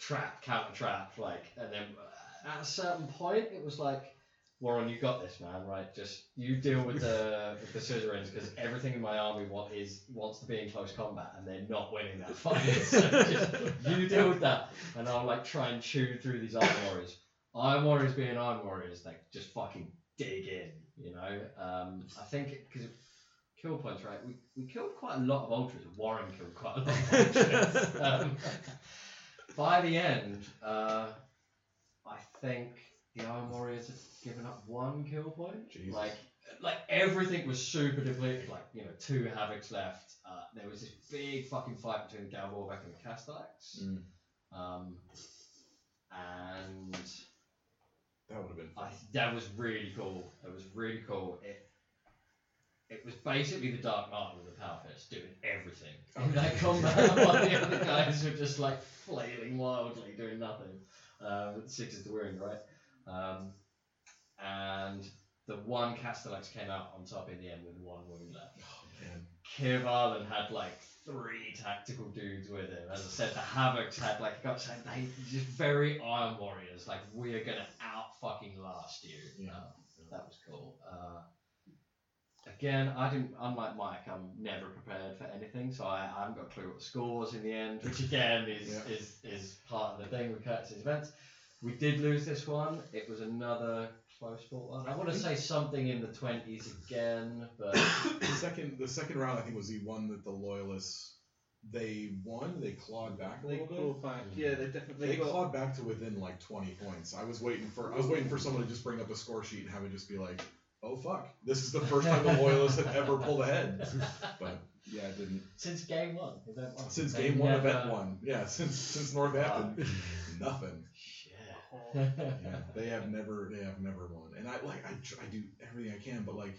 trap, counter trap, like, and then uh, at a certain point, it was like, Warren, you got this, man. Right, just you deal with the with the suzerains because everything in my army what is wants to be in close combat, and they're not winning that fight. so just you deal with that, and I'll like try and chew through these iron warriors. Iron warriors being iron warriors, they just fucking dig in, you know. Um, I think because kill points, right? We, we killed quite a lot of ultras. Warren killed quite a lot of ultras. um, by the end, uh, I think the iron warriors had given up one kill point.
Jesus.
Like like everything was super depleted. Like you know, two havocs left. Uh, there was this big fucking fight between Galvorbeck and the Castax.
Mm.
Um, and
That would have been.
I, that was really cool. That was really cool. It it was basically the Dark Knight with the power fist doing everything in that combat, while the other guys were just like flailing wildly, doing nothing. Um, six is the wound, right? Um, and the one Castellax came out on top in the end with one wound left.
Oh, man.
Kirvalan had like three tactical dudes with him. As I said, the Havocs had like got said they just very Iron Warriors. Like we are gonna out fucking last you.
Yeah.
Um, that was cool. Uh, again, I didn't. Unlike Mike, I'm never prepared for anything, so I, I haven't got a clue what the scores in the end, which again is
Yeah.
is, is part of the thing with Curtis's events. We did lose this one. It was another close fought one. I want to say something in the twenties again, but
the second the second round I think was the one that the loyalists they won. They clawed back a
They
little bit.
clawed back. Yeah, they definitely
They
got.
clawed back to within like 20 points. I was waiting for I was waiting for someone to just bring up a score sheet and have it just be like, "Oh fuck, this is the first time the Loyalists have ever pulled ahead." But yeah, it didn't.
Since game one, event one.
Since
They
game one,
never-
event
uh,
one, yeah, since since Northampton, nothing.
Shit.
Oh,
Yeah, they have never they have never won. And I like I tr- I do everything I can, but like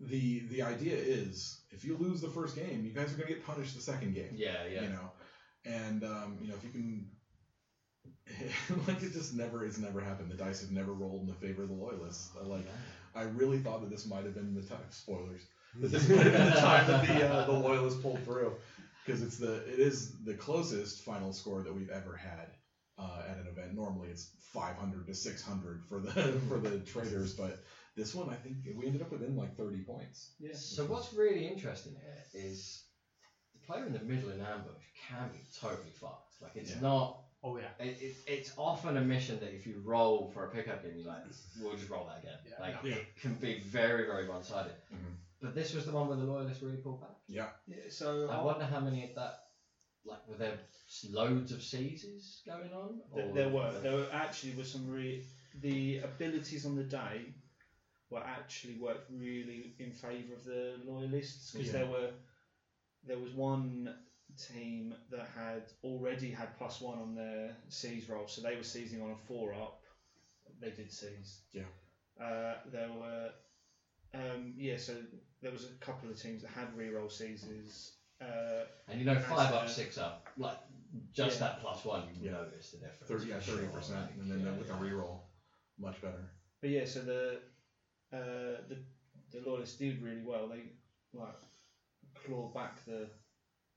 the the idea is if you lose the first game, you guys are gonna get punished the second game.
yeah, yeah.
you know and um, you know if you can like it just never it's never happened the dice have never rolled in the favor of the loyalists I, like i really thought that this might have been the time spoilers that this might have been the time that the, uh, the loyalists pulled through because it's the it is the closest final score that we've ever had uh, at an event normally it's 500 to 600 for the for the traders but this one i think we ended up within like 30 points
yeah.
So what's really interesting here is the player in the middle in ambush can be totally fucked. Like it's
Yeah.
not.
Oh yeah.
It, it, it's often a mission that if you roll for a pickup game, you're like, we'll just roll that again.
Yeah.
like
Yeah.
it can be very, very one-sided.
Mhm.
But this was the one where the loyalists really pulled back.
Yeah, so
I
I-
wonder how many of that. Like were there loads of seizes going on?
Th-
Oh,
Or-
There were. There were actually were some re- the abilities on the day were actually worked really in favour of the loyalists because
Yeah.
there were there was one team that had already had plus one on their seize roll, so they were seizing on a four up. They did seize.
Yeah.
Uh, there were um, yeah, so there was a couple of teams that had re-roll seizes. Uh,
And you know, five up,
Nice, uh,
six up, like just
Yeah.
that plus one, you
Yeah.
notice the difference.
30 yeah
for sure,
30 percent
like,
and then
yeah,
with a
yeah.
reroll much better
But yeah, so the uh, the the loyalists did really well. They like clawed back the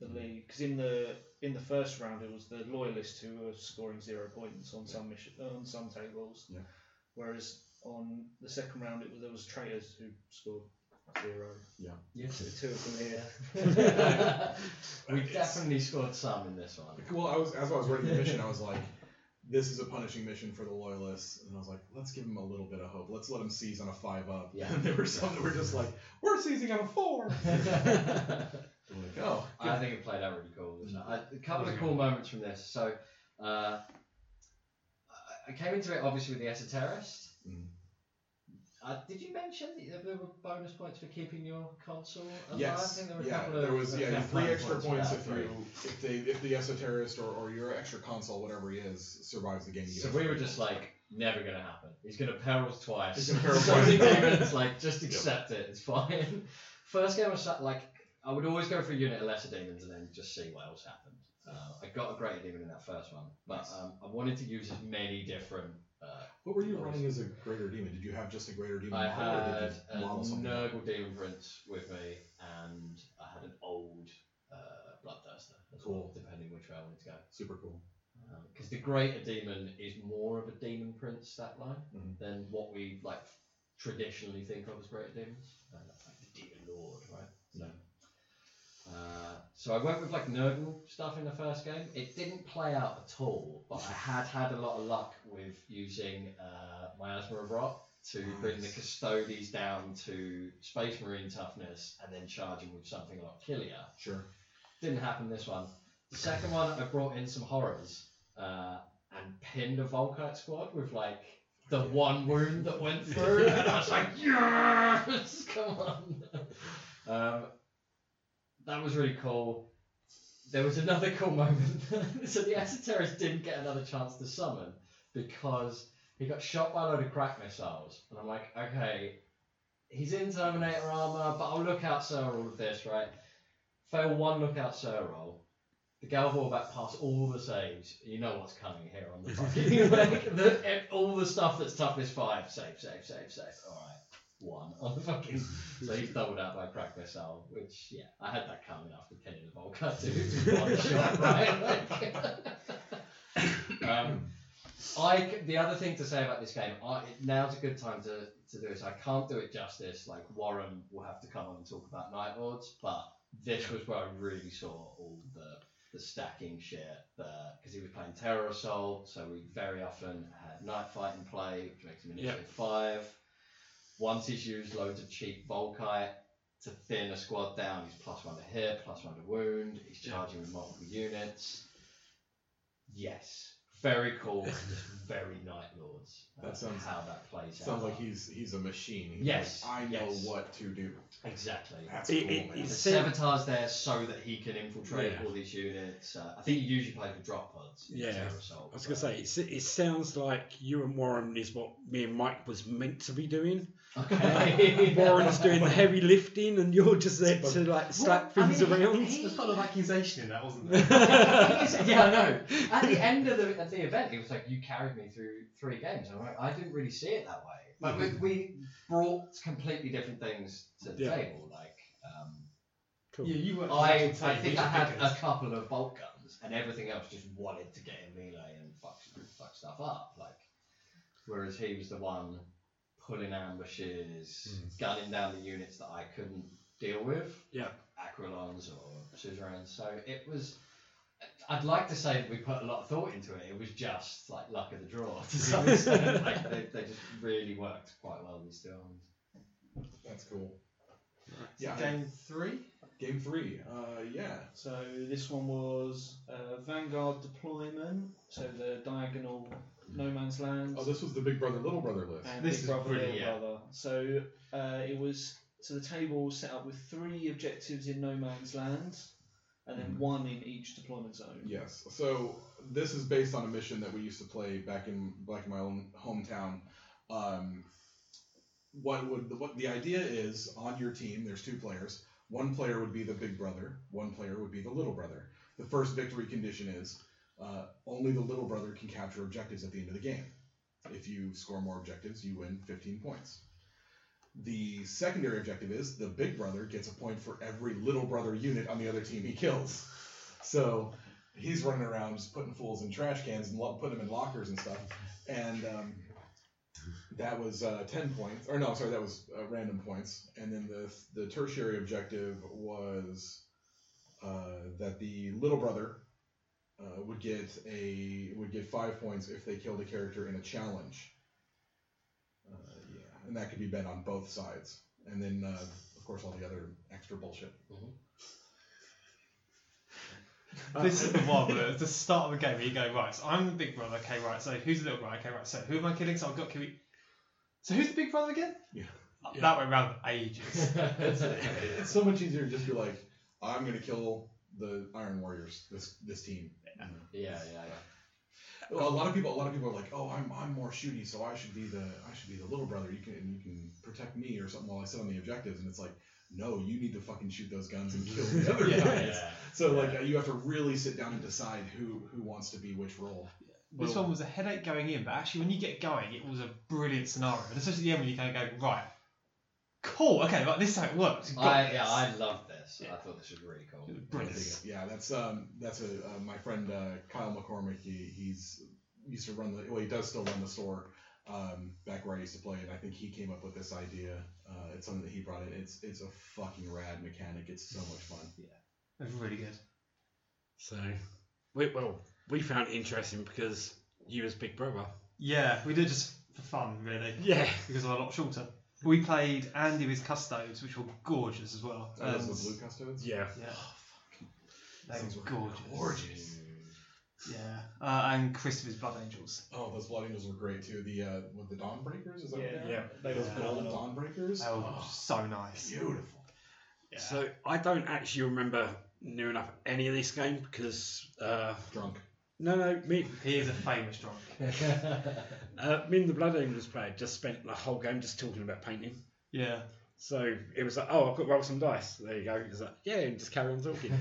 the
Mm.
lead because in the in the first round it was the loyalists who were scoring zero points on some mission on some tables,
Yeah.
whereas on the second round it was there was traitors who scored zero.
Yes,
The two of them here.
it- we
It's-
definitely scored some in this one.
Well, I was as I was writing the mission, I was like, "This is a punishing mission for the loyalists," and I was like, "Let's give them a little bit of hope. Let's let them seize on a five up."
Yeah.
And there were some that were just like, "We're seizing on a four. I'm like, "Oh,
I think it played out really cool. Wasn't it? I, a couple of cool moments from this. So, uh, I- I came into it obviously with the esoterist.
Mm.
Uh, did you mention that there were bonus points for keeping your console alive? I
yes,
think there were a
yeah."
couple of,
There was
of
yeah
campaign
three extra
for
points
that,
if
right?
you if they if the esoterist or, or your extra console whatever he is survives the game. you
So
get
we
three
were just
points.
like, never gonna happen. He's gonna perils twice.
He's gonna peril
So
twice.
the demons, like, just accept it. It's fine. First game I sat like, I would always go for a unit of lesser demons and then just see what else happened. Uh, I got a greater demon in that first one, but um, I wanted to use as many different uh,
What were you running as a greater demon? Did you have just a greater demon?
I
model, or
had
did you
a
model something?
Nurgle Demon Prince with me, and I had an old uh, Bloodthirster as well,
Cool.
depending which way I wanted to go.
Super cool.
Because the Greater Demon is more of a Demon Prince stat line
Mhm.
than what we like traditionally think of as Greater Demons. Uh, that's like the Demon Lord, right? So, uh, so I went with like Nurgle stuff in the first game. It didn't play out at all, but I had had a lot of luck with using uh, my Asthma of Rot to bring the
Nice.
Custodies down to Space Marine toughness and then charging with something like Killia.
Sure.
Didn't happen this one. The second one, I brought in some horrors uh, and pinned a Volkite squad with like the one wound that went through, and I was like, yes, come on. Um, that was really cool. There was another cool moment. so the esoterist didn't get another chance to summon because he got shot by a load of crack missiles, and I'm like, okay, he's in Terminator armor, but I'll look out, sir, all of this, right? Fail one lookout sir roll. The Galvor back past all the saves. You know what's coming here on the fucking like, the, all the stuff that's toughness five. Save, save, save, save. All right, one on the fucking. So he's doubled out by crack missile, which yeah, I had that coming after pinning the Volca to one shot, right? Like, um, I c- the other thing to say about this game, I, now's a good time to, to do this. I can't do it justice. Like Warren will have to come on and talk about Night Lords, but this was where I really saw all the the stacking shit. Because he was playing Terror Assault, so we very often had Night Fight in play, which makes him an
Yeah.
initiative five. Once he's used loads of cheap Volkite to thin a squad down, he's plus one to hit, plus one to wound. He's
Yeah.
charging with multiple units. Yes, very cool. and just very Night Lords.
That
uh,
sounds-
how that plays out.
Sounds like he's he's a machine. He's
Yes,
like, I know
yes.
what to do.
exactly.
That's
It-
cool,
it-
man.
The
it's-
sabotage there so that he can infiltrate
Yeah.
all these units. Uh, I think he usually plays with drop pods. in
Yeah.
Terror Assault,
I was
but-
going to say, it's, it sounds like you and Warren is what me and Mike was meant to be doing.
Okay.
Warren's doing the heavy lifting, and you're just there to like slap
Well, I
things
mean,
around.
There's
He-
quite a lot of accusation in that, wasn't there?
yeah, I know. At the end of the, at the event, it was like you carried me through three games. I'm like, I didn't really see it that way. Like we, we brought completely different things to the
Yeah.
table. Like um,
Cool.
yeah, you were.
I, I think I had a couple of bolt guns, and everything else just wanted to get in melee and fuck, fuck stuff up. Like, whereas he was the one pulling ambushes, gunning down the units that I couldn't deal with.
Yeah.
Aquilons or suzerains. So it was. I'd like to say that we put a lot of thought into it. It was just like luck of the draw to some extent. like they, they just really worked quite well these two arms.
That's cool.
Yeah.
Yeah.
Game three.
Game three. Uh, yeah.
So this one was uh, Vanguard deployment, so the diagonal no man's land
Oh, this was the Big Brother Little Brother list.
and
this
Big
is
Brother Little
brilliant,
yeah.
Brother. So uh, it was so the table was set up with three objectives in no man's land, and then one in each deployment zone.
Yes. So this is based on a mission that we used to play back in back in my own hometown. Um, what would what the idea is on your team? There's two players. One player would be the big brother. One player would be the little brother. The first victory condition is uh, only the little brother can capture objectives at the end of the game. If you score more objectives, you win 15 points. The secondary objective is the big brother gets a point for every little brother unit on the other team he kills. So he's running around just putting fools in trash cans and lo- putting them in lockers and stuff. And um, that was uh, 10 points. Or no, sorry, that was uh, random points. And then the, the tertiary objective was uh, that the little brother uh, would get a would get five points if they killed a character in a challenge. Uh, yeah, and that could be bet on both sides, and then uh, of course all the other extra bullshit.
This is the one where at the start of the game where you go, right, so I'm the big brother, okay, right, so who's the little brother, okay, right, so who am I killing? So I've got Kiwi. So who's the big brother again?
Yeah.
That went around for ages.
It's, it's so much easier to just be like, I'm gonna kill the Iron Warriors. This this team.
yeah, yeah, yeah.
Well, a lot of people, a lot of people are like, oh, I'm, I'm more shooty, so I should be the I should be the little brother. You can you can protect me or something while I sit on the objectives, and it's like, no, you need to fucking shoot those guns and kill the other guys.
yeah.
So like you have to really sit down and decide who who wants to be which role.
This one was a headache going in, but actually, when you get going, it was a brilliant scenario. And especially at the end when you kind of go, right, cool, okay, right, this is how it works. We've got
I,
this.
yeah, I loved this.
Yeah.
I thought this was really cool.
It was
Yeah,
brilliant.
Yeah, that's um, that's a, uh, my friend uh, Kyle McCormick. He he's used to run the well, he does still run the store um, back where I used to play, and I think he came up with this idea. Uh, it's something that he brought in. It's it's a fucking rad mechanic. It's so much fun.
It was really good.
So, we, well, we found it interesting because you as Big Brother.
Yeah, we did it just for fun, really,
Yeah.
because I'm a lot shorter. We played Andy with Custodes, which were gorgeous as well.
Oh, those
And-
are the blue custodes.
Yeah.
Um, Yeah.
Those
They
things
were
were
gorgeous.
gorgeous.
Yeah. Uh, and Christopher's Blood Angels.
Oh, those blood angels were great too. The uh, what the Dawnbreakers is that what
Yeah,
they are?
Yeah.
they were
Those gold
phenomenal.
Dawnbreakers.
They were
Oh,
so nice.
beautiful.
Yeah.
So, I don't actually remember near enough any of this game because, uh,
Drunk.
no, no, me,
he is a famous drunk.
uh, me and the Blood Angels player just spent the whole game just talking about painting.
Yeah.
So it was like, oh, I've got to roll some dice. There you go. It was like, yeah, and just carry on talking.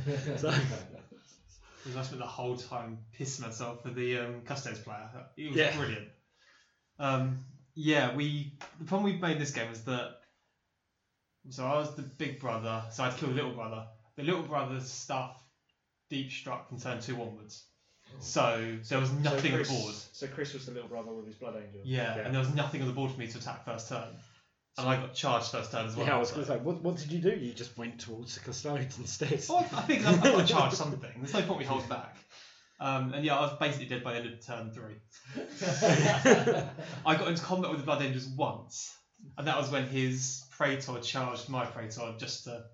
Because I spent the whole time pissing myself for the um, Custodes player. He was
Yeah.
brilliant. Um, yeah, we the problem we made this game was that so I was the big brother, so I'd kill the little brother. The little brother's stuff deep struck from turn two onwards. Oh. So there was nothing
so Chris,
on the board.
So Chris was the little brother with his blood angel.
Yeah,
Yeah.
and there was nothing on the board for me to attack first turn. And I got charged first turn as well.
yeah, I was
so-
going to say, what, what did you do? You just went towards the custodians instead.
Well, I think I've got to charge something. There's no point me holding back. Um, and yeah, I was basically dead by the end of turn three. I got into combat with the Blood Angels once, and that was when his Praetor charged my Praetor just to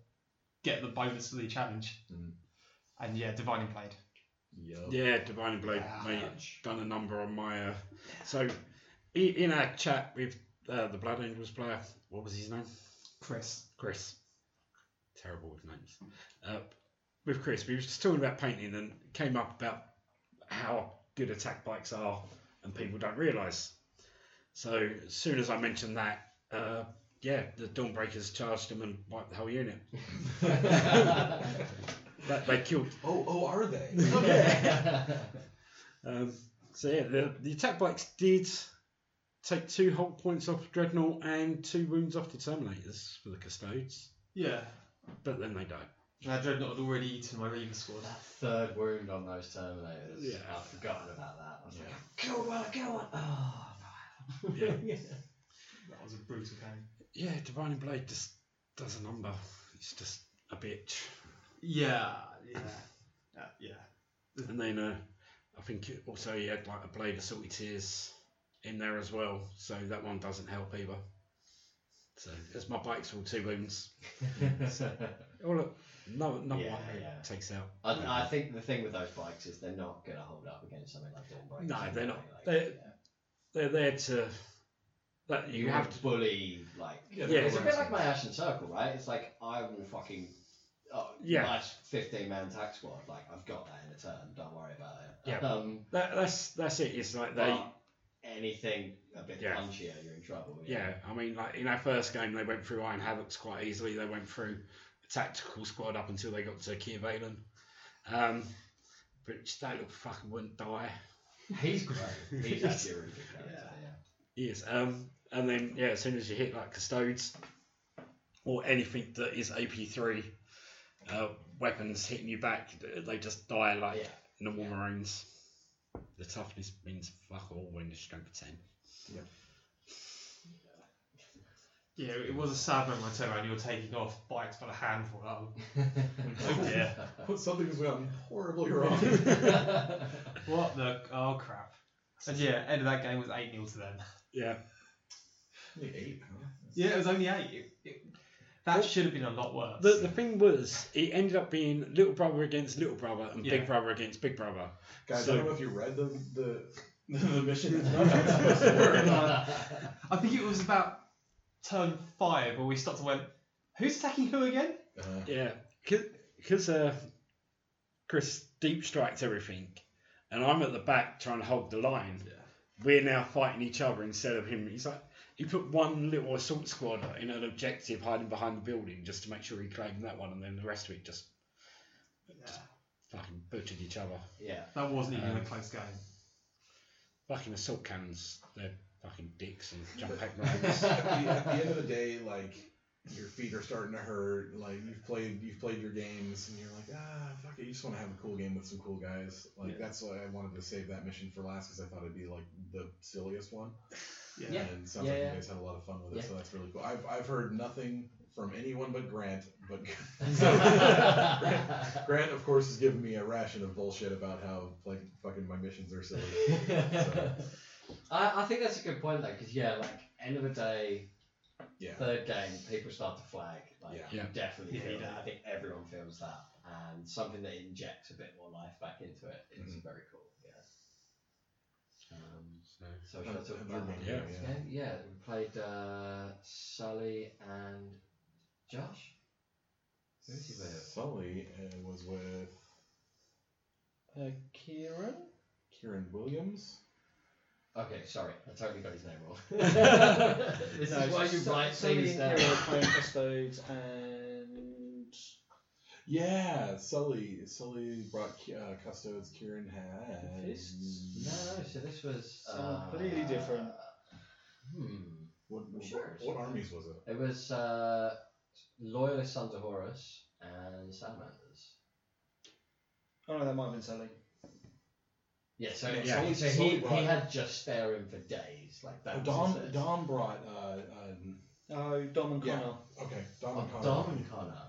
get the bonus for the challenge.
Mm.
And yeah, Divining Blade.
Yup.
Yeah, Divine Blade
Yeah.
mate, done a number on my. Uh, so, i- in our chat with uh, the Blood Angels player, what was his name?
Chris.
Chris. Terrible with names. Uh, with Chris, we were just talking about painting and came up about how good attack bikes are and people don't realise. So, as soon as I mentioned that, uh, yeah, the Dawnbreakers charged him and wiped the whole unit. That they killed
oh, oh, are they?
Um, so yeah, the, the attack bikes did take two hulk points off Dreadnought and two wounds off the Terminators for the Custodes,
Yeah.
but then they died.
And that Dreadnought had already eaten my Reaver squad.
That third wound on those Terminators.
Yeah.
I've forgotten about that. I was
Yeah.
like, kill one, kill one. Oh, no.
Yeah.
That was a brutal game.
Yeah, Divining Blade just does a number. It's just a bitch.
Yeah, yeah. Uh, yeah.
And then uh, I think it also he had like a blade of salty tears in there as well, so that one doesn't help either. So as my bike's all two wounds. Oh look, no, no
Yeah,
one
yeah.
takes out.
I, I think the thing with those bikes is they're not going to hold up against something like Dawnbreaker.
No, they're not.
Like,
They- They're there to. That you have to
bully like
Yeah,
they're
it's a bit
racing.
like my Ashen Circle, right? It's like I will fucking oh,
Yeah.
my fifteen man attack squad. Like I've got that in a turn. Don't worry about it.
Yeah.
Um,
That, that's that's it. It's like they.
but anything a bit
Yeah.
punchier, you're in trouble. you know?
yeah, I mean, like in our first game, they went through Iron Havocs quite easily. They went through a tactical squad up until they got to Kievalan, um, which that little fucker wouldn't die.
He's great. He's actually a really good character.
Yeah.
Yeah.
Yes, um, and then yeah, as soon as you hit like custodes or anything that is AP three uh, weapons hitting you back, they just die like
Yeah.
normal Marines. The toughness means fuck all when you're strength ten.
Yeah, it was a sad moment when I turned around you were taking off bikes by the handful. That was- Oh dear.
Something's gone horribly wrong.
What the? Oh crap. And yeah, end of that game was 8 0 to them.
Yeah,
Only eight, huh?
Yeah, it was only 8. It- it- that
Well,
should have been a lot worse.
The, the thing was, it ended up being little brother against little brother and
Yeah.
big brother against big brother.
Guys,
So-
I don't know if you read the the, the mission. It's not how it's supposed to work.
I think it was about turn 5 where we stopped and went, who's attacking who again?
Uh,
Yeah, because uh, Chris deep strikes everything, and I'm at the back trying to hold the line.
Yeah.
We're now fighting each other instead of him. He's like, he put one little assault squad in an objective hiding behind the building just to make sure he claimed that one, and then the rest of it just
Yeah.
fucking butchered each other.
yeah.
That wasn't even
Um,
a close game.
fucking assault cannons. They're fucking dicks and jump pack
at,
rounds.
the, at the end of the day, like your feet are starting to hurt. Like you've played, you've played your games, and you're like, ah, fuck it. You just want to have a cool game with some cool guys. Like
Yeah.
that's why I wanted to save that mission for last because I thought it'd be like the silliest one.
Yeah.
Yeah.
And it sounds
Yeah,
like
yeah.
you guys had a lot of fun with it,
Yeah.
so that's really cool. I've I've heard nothing from anyone but Grant, but Grant, of course, has given me a ration of bullshit about how like fucking my missions are silly.
I, I think that's a good point though, because yeah, like end of the day,
Yeah.
third game, people start to flag. Like
Yeah.
you
Yeah.
definitely
Yeah,
feel
you
that.
do.
I think everyone feels that, and something that injects a bit more life back into it is
Mhm.
very cool. Yeah. Um,
So,
so shall I talk
Another
about
one,
that?
Yeah.
yeah.
yeah, yeah, we played uh, Sally and Josh. Who was he with?
Sully uh, was with
Uh, Kieran.
Kieran Williams.
Okay, sorry, I totally got his name wrong. this is why you write things down.
playing custodes and
Yeah, Sully. Sully brought Ki- uh, Custodes. Kieran had Mm.
Fists?
No, no, so this was
Someone completely
uh,
different.
Hmm.
What, what,
Sure,
what
sure.
armies was it?
It was uh, Loyalist Sons of Horus and Salamanders.
oh no, that might have been Sully.
Yeah, so,
Yeah,
so,
Sully-
so
Sully
he,
brought-
he had just staring for days. Like that.
Oh,
was his
Dom.
list.
Dom brought. Uh, um,
Oh, Dom and
Yeah.
Connor.
okay, Dom
Oh,
and Connor.
Dom and Connor.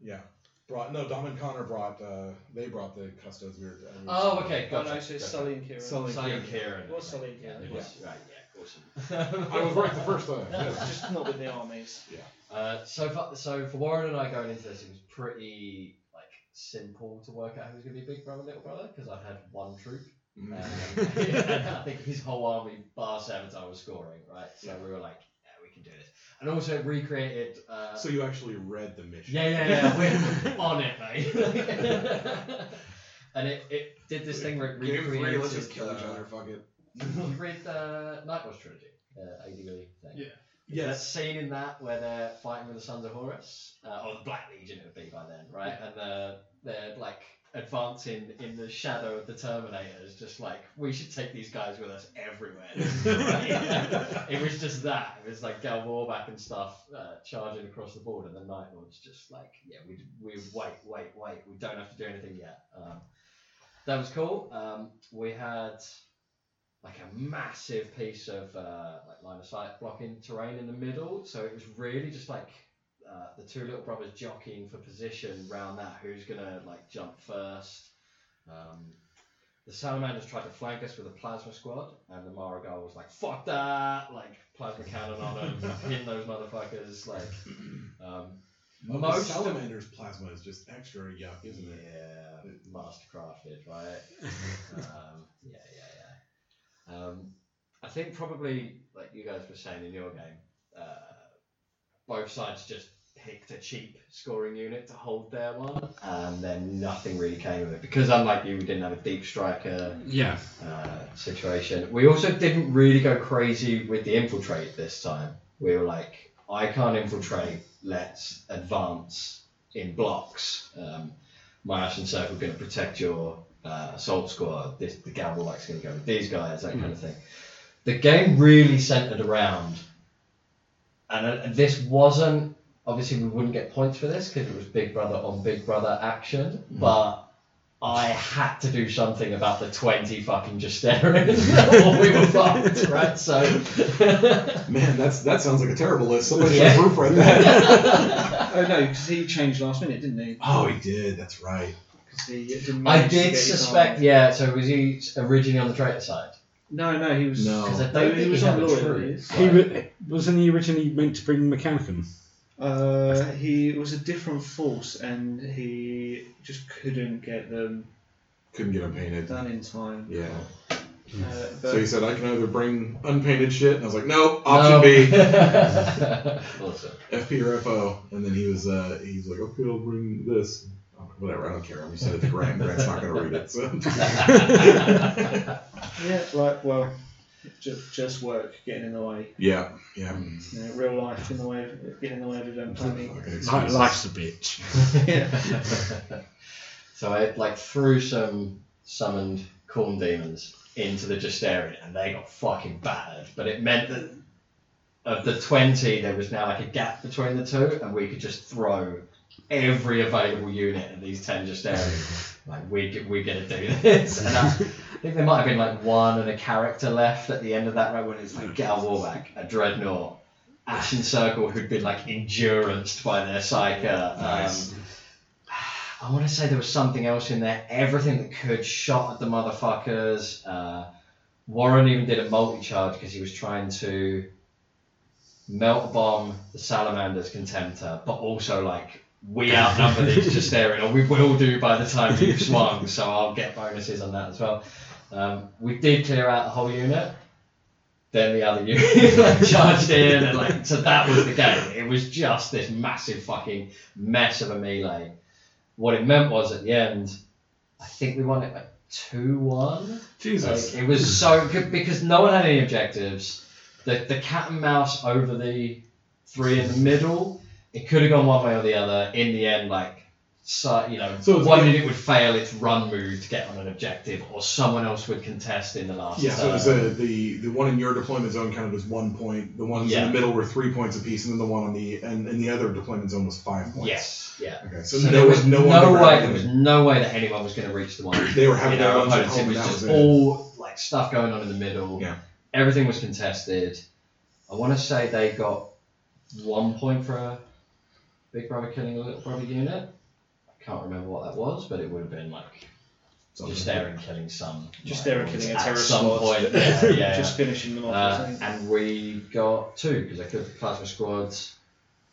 Yeah, brought. No, Dom and Connor brought. Uh, they brought the Custodes. We were, uh, we were
Oh, okay,
Oh
gotcha.
no, so it's
gotcha.
Sully and Kieran.
Sully.
Sully and
Kieran.
Kieran.
It was Sully and
Yeah,
Kieran.
it was. Right, yeah, awesome.
I was right the first time.
No,
yes.
it's just not with the armies.
Uh, so for, so for Warren and I going into this, it was pretty like simple to work out who's going to be big brother, little brother, because I had one troop. Um,
Mm.
and I think his whole army, bar Savitar, was scoring, right? So
Yeah.
we were like, yeah, we can do this. And also it recreated. Uh,
So you actually read the mission.
yeah, yeah, yeah, we're on it, mate. and it, it did this thing where it uh,
Game
recreated.
three. Let's just kill each
uh,
other. Fuck it.
You read the Nightwatch trilogy, uh, AD Willie thing.
Yeah.
Yeah, that scene in that where they're fighting with the Sons of Horus, uh, or the Black Legion it would be by then, right? And uh, they're like advancing in the shadow of the Terminators, just like we should take these guys with us everywhere. it was just that. It was like Gal Warback and stuff uh, charging across the board, and the Night Lords just like, yeah, we we wait, wait, wait. We don't have to do anything yet. Um, that was cool. Um, we had like a massive piece of uh, like line of sight blocking terrain in the middle, so it was really just like uh, the two little brothers jockeying for position round that. Who's gonna like jump first? Um, the salamanders tried to flank us with a plasma squad, and the Marigal was like, "Fuck that!" Like plasma cannon on them, pin those motherfuckers. Like um,
Oh, the
most of
salamander's plasma is just extra yuck, isn't it?
yeah, mastercrafted, right? um, yeah, yeah, yeah. Um, I think probably like you guys were saying in your game, uh, both sides just picked a cheap scoring unit to hold their one, and then nothing really came of it because unlike you, we didn't have a deep striker
yeah.
uh, situation. We also didn't really go crazy with the infiltrate this time. We were like, I can't infiltrate. Let's advance in blocks. Um, my Ash and Circle are going to protect your uh, assault squad. This, the Gavel Light's going to go with these guys, that kind of thing. The game really centered around, and uh, this wasn't. Obviously, we wouldn't get points for this because it was Big Brother on Big Brother action, but I had to do something about the 20 fucking Justerin, or we were fucked, right? So,
Man, that's that sounds like a terrible list. Somebody
Yeah.
should proofread that.
Oh no, because he changed last minute, didn't he?
oh, he did. That's right.
'Cause he didn't
I
manage to get
did
his
suspect,
army.
yeah, so was he originally on the traitor side?
No, no, he was.
No.
Because I
No,
don't
he
think
was
he had
on
a
loyal.
true
He
side.
wa- wasn't he originally meant to bring Mechanicum?
Uh, he was a different force, and he just couldn't get them
Couldn't get him painted.
done in time.
Yeah.
Hmm.
Uh, but
So he said I can either bring unpainted shit, and I was like, no,
No.
option B,
awesome.
FP or FO. And then he was uh, he's like, okay, I'll bring this. Oh, Whatever, I don't care. I'm just send it to Grant. Grant's not gonna read it. So.
yeah, like well, just just work getting in the way.
yeah, yeah.
You know, real life in the way, of, getting in the way of them planning.
Fucking
Like,
excuses.
life's a bitch.
so I like threw some summoned corn demons into the Justerian and they got fucking battered. But it meant that of the 20, there was now like a gap between the two, and we could just throw every available unit at these 10 Justerians. like, we, g- we're going to do this. And that's, I think there might have been like one and a character left at the end of that round when it's like get a warback, a dreadnought, Ashen Circle who'd been like enduranced by their psyker. Um,
Nice.
I want to say there was something else in there. Everything that could shot at the motherfuckers. Uh, Warren even did a multi charge because he was trying to melt bomb the Salamander's Contemptor, but also like we outnumber these just there, or we will do by the time you've swung. So I'll get bonuses on that as well. Um, we did clear out the whole unit. Then the other unit like, charged in, and like so that was the game. It was just this massive fucking mess of a melee. What it meant was at the end, I think we won it like two one.
Jesus.
Like, it was so good because no one had any objectives. The, the cat and mouse over the three in the middle, it could have gone one way or the other. In the end, like, so, you know,
So it's
one
like-
unit would fail its run move to get on an objective, or someone else would contest in the last
Yeah, so it
turn.
was uh the the one in your deployment zone counted as one point. The ones in
Yeah.
the middle were three points apiece, and then the one on the and, and the other deployment zone was five points.
yes, yeah.
Okay, so,
So
there was no one.
no
around
way, there
them.
was no way that anyone was going to reach the one
They were having
you know,
their lunch at
opponents. It was
home, and that was
just
it.
all like stuff going on in the middle.
Yeah.
Everything was contested. I want to say they got one point for a big brother killing a little brother unit. I can't remember what that was, but it would have been like
So-
just there and killing some.
Just
like,
there and killing a
at
terror
some
squad.
point. Yeah, yeah, yeah.
Just finishing them off.
Uh,
or something.
and we got two because I killed the plasma squads,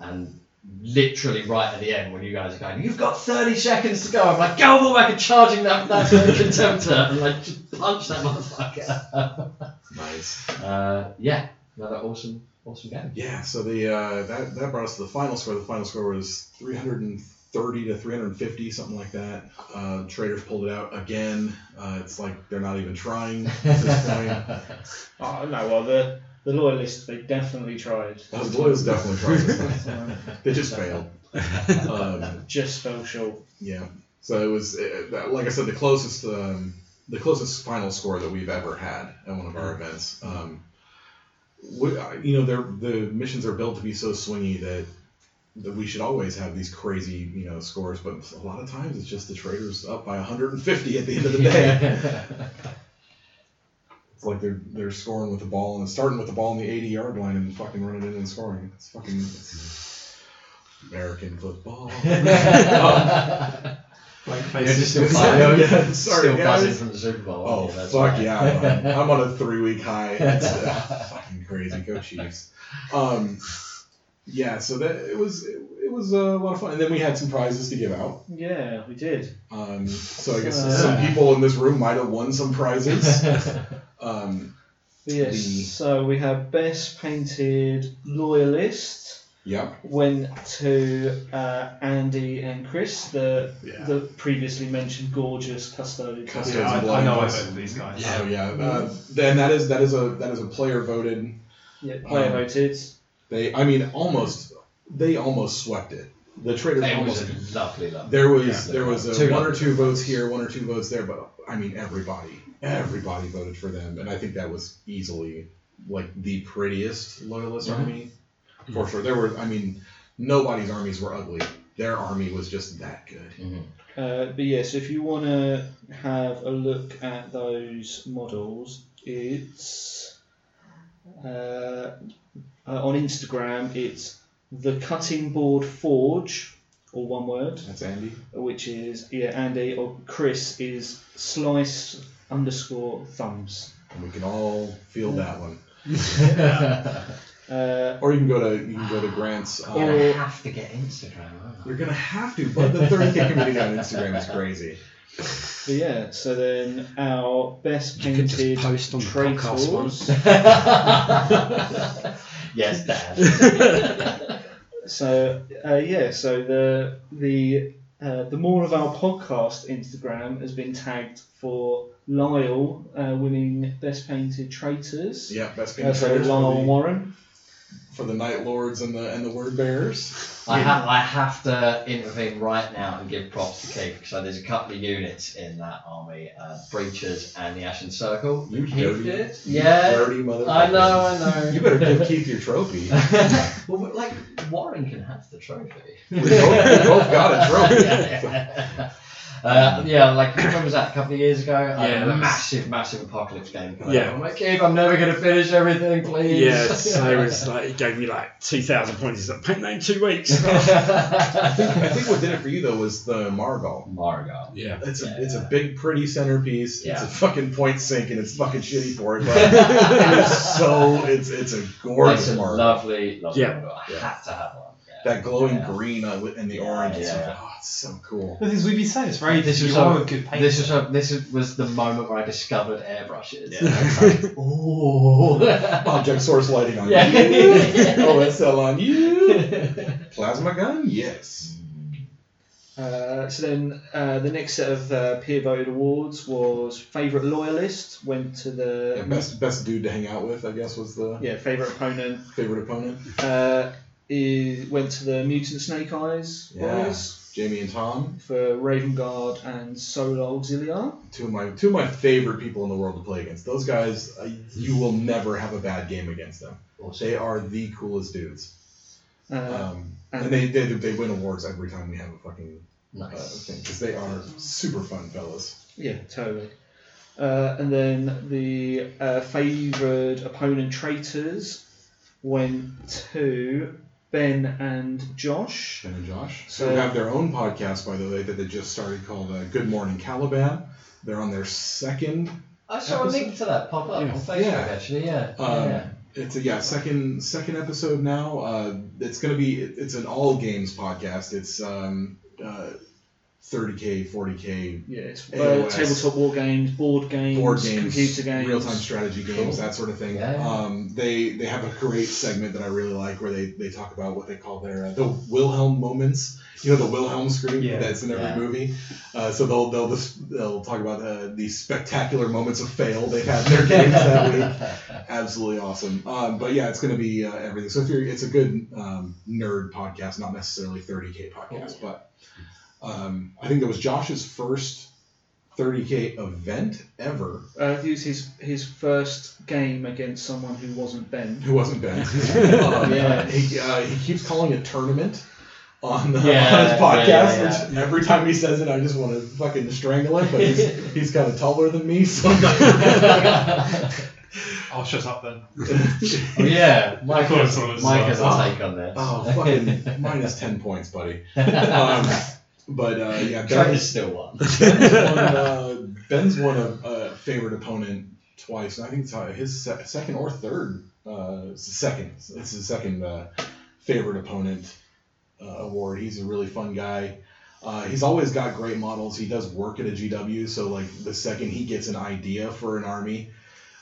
and literally right at the end when you guys are going, you've got 30 seconds to go. I'm like, go all back and charging that that contemptor and like just punch that motherfucker.
Nice.
uh, yeah, another awesome, awesome game.
Yeah. So the uh, that that brought us to the final score. The final score was 330 to 350, something like that. Uh, traders pulled it out again. Uh, it's like they're not even trying at this point.
oh no, well the the loyalists they definitely tried.
Oh, the Loyals definitely tried this time. They just failed. Um,
Just fell short.
Yeah. So it was, uh, that- like I said, the closest, um, the closest final score that we've ever had at one of our events. Um, we, I- you know, they're, the missions are built to be so swingy that that we should always have these crazy, you know, scores. But a lot of times it's just the traders up by 150 at the end of the day. It's like they're they're scoring with the ball and starting with the ball in the 80 yard line and fucking running in and scoring. It's fucking it's American football.
Blank
You're
faces.
just still
Sorry,
buzzing,
yeah, sorry,
still
guys.
buzzing from the Super Bowl.
Oh
aren't you? That's
fuck
why.
yeah! I'm, I'm on a three week high. It's uh, fucking crazy. Go Chiefs. Um, yeah, so that it was it, was a lot of fun, and then we had some prizes to give out.
Yeah, we did.
Um, so I guess
Uh.
some people in this room might have won some prizes. Um,
But yes.
The-
So we have best painted loyalist
yep.
went to uh, Andy and Chris, the
Yeah.
the previously mentioned gorgeous custodian.
Custodes
Yeah, I,
and
I know I
blinders.
voted for these guys.
Yeah.
Oh yeah. Uh, then that is that is a that is a player voted.
Yeah, player
Um,
voted.
They I mean almost they almost swept it. The traders
It was
almost
a lovely, lovely.
There was
Yeah.
there was a
Two
one or
votes.
two votes here, one or two votes there, but I mean everybody, everybody voted for them, and I think that was easily like the prettiest loyalist
Mhm.
army for sure. There were I mean nobody's armies were ugly. Their army was just that good.
Uh, but yes, if you want to have a look at those models, it's uh, uh, on Instagram. It's the Cutting Board Forge, all one word,
That's Andy.
which is yeah Andy or Chris is slice underscore thumbs.
And we can all feel that one.
Uh,
Or you can go to you can go to Grant's. Um,
You're gonna have to get Instagram. aren't you?
You're gonna have to, but the 30k community on Instagram is crazy.
but yeah, so then our best
You could
painted
just post on the podcast
traitors.
one.
yes, Dad.
So uh, yeah, so the the uh, the more of our podcast Instagram has been tagged for Lyle uh, winning best painted traitors.
Yeah, best
Uh,
painted
so
traders. for
Lyle
the-
Warren.
for the Night Lords and the and the Word Bearers.
I have I have to intervene right now and give props to Keith. So there's a couple of units in that army, uh, Breachers and the Ashen Circle.
You
Keith
dirty-
did it?
you
Yeah.
dirty motherfucker.
I know, I know.
You better give Keith your trophy.
well, but, like Warren can have the trophy.
We both- we both got a trophy.
yeah, yeah. Uh, yeah, like when was that? A couple of years ago, I had
Yeah,
a
that's-
massive, massive apocalypse game. Come
Yeah.
out. I'm like, Keith, I'm never gonna finish everything, please.
Yeah, so it's like it gave me like two thousand points. It's like paint that in two weeks.
I think, I think what did it for you though was the Margal.
Margot.
yeah,
It's a
Yeah.
it's a big pretty centerpiece. It's
Yeah.
a fucking point sink and it's fucking shitty for it, but it's so it's it's a gorgeous
It's a
Margal.
lovely, lovely
Yeah.
Margot. I
Yeah.
have to have one. yeah.
That glowing
Yeah.
green uh, with- and the
Yeah,
orange. it's
yeah,
like,
yeah.
Oh, it's so cool.
The thing is, we've been saying this for ages.
This is
you
so-
are a good painter.
This is a, this is, was the moment where I discovered airbrushes.
Oh, object source lighting on
Yeah.
you. OSL on you. Plasma gun, yes.
Uh, so then uh, the next set of uh, peer voted awards was favourite loyalist went to the
And best best dude to hang out with, I guess, was the
yeah favourite opponent
favorite opponent.
uh, is, went to the mutant snake eyes
Yeah.
boys
Jamie and Tom,
for Raven Guard and Solar Auxiliar.
two of my two of my favorite people in the world to play against. Those guys, uh, you will never have a bad game against them. They are the coolest dudes.
Uh,
Um, and they, they they win awards every time we have a fucking uh,
nice.
thing because they are super fun fellas.
yeah, totally. Uh, and then the uh, favoured opponent traitors went to Ben and Josh.
Jen and Josh.
So-
they have their own podcast, by the way, that they just started called uh, Good Morning Caliban. They're on their second.
I saw a link to that pop up on Facebook
Yeah.
actually. Yeah.
Um,
yeah.
It's a yeah second second episode now. Uh, it's gonna be it- it's an all games podcast. It's um, uh, 30k, 40k
Yeah, it's uh,
AOS.
tabletop war games, board games,
board games,
computer games.
real time strategy games,
Cool.
that sort of thing.
Yeah, yeah.
Um, they they have a great segment that I really like where they, they talk about what they call their uh, the Wilhelm moments. You know the Wilhelm scream
Yeah.
that's in every
Yeah.
movie. Uh, so they'll they'll just, they'll talk about uh, these spectacular moments of fail they've had in their games that week. Absolutely awesome. Um, but yeah, it's going to be uh, everything. So if you're, it's a good um, nerd podcast, not necessarily 30k podcast, but um, I think that was Josh's first 30k event ever.
Uh, he was his his first game against someone who wasn't Ben.
Who wasn't Ben? um,
Yeah.
he, uh, he keeps calling it tournament on, the,
Yeah,
on his podcast,
yeah, yeah.
which every time he says it, I just want to fucking strangle him. But he's he's kind of taller than me, so I'm not-
I'll shut up then.
Oh, yeah. Mike,
Of course,
has,
I was
Mike has a
like,
take on this.
oh fucking minus ten points, buddy. Um, but uh, yeah,
Trent
Ben,
is still one.
Ben's won, uh, Ben's won a, a favorite opponent twice, and I think it's uh, his se- second or third. Uh, it's the second. It's his second uh, favorite opponent uh, award. He's a really fun guy. Uh, he's always got great models. He does work at a GW, so like the second he gets an idea for an army,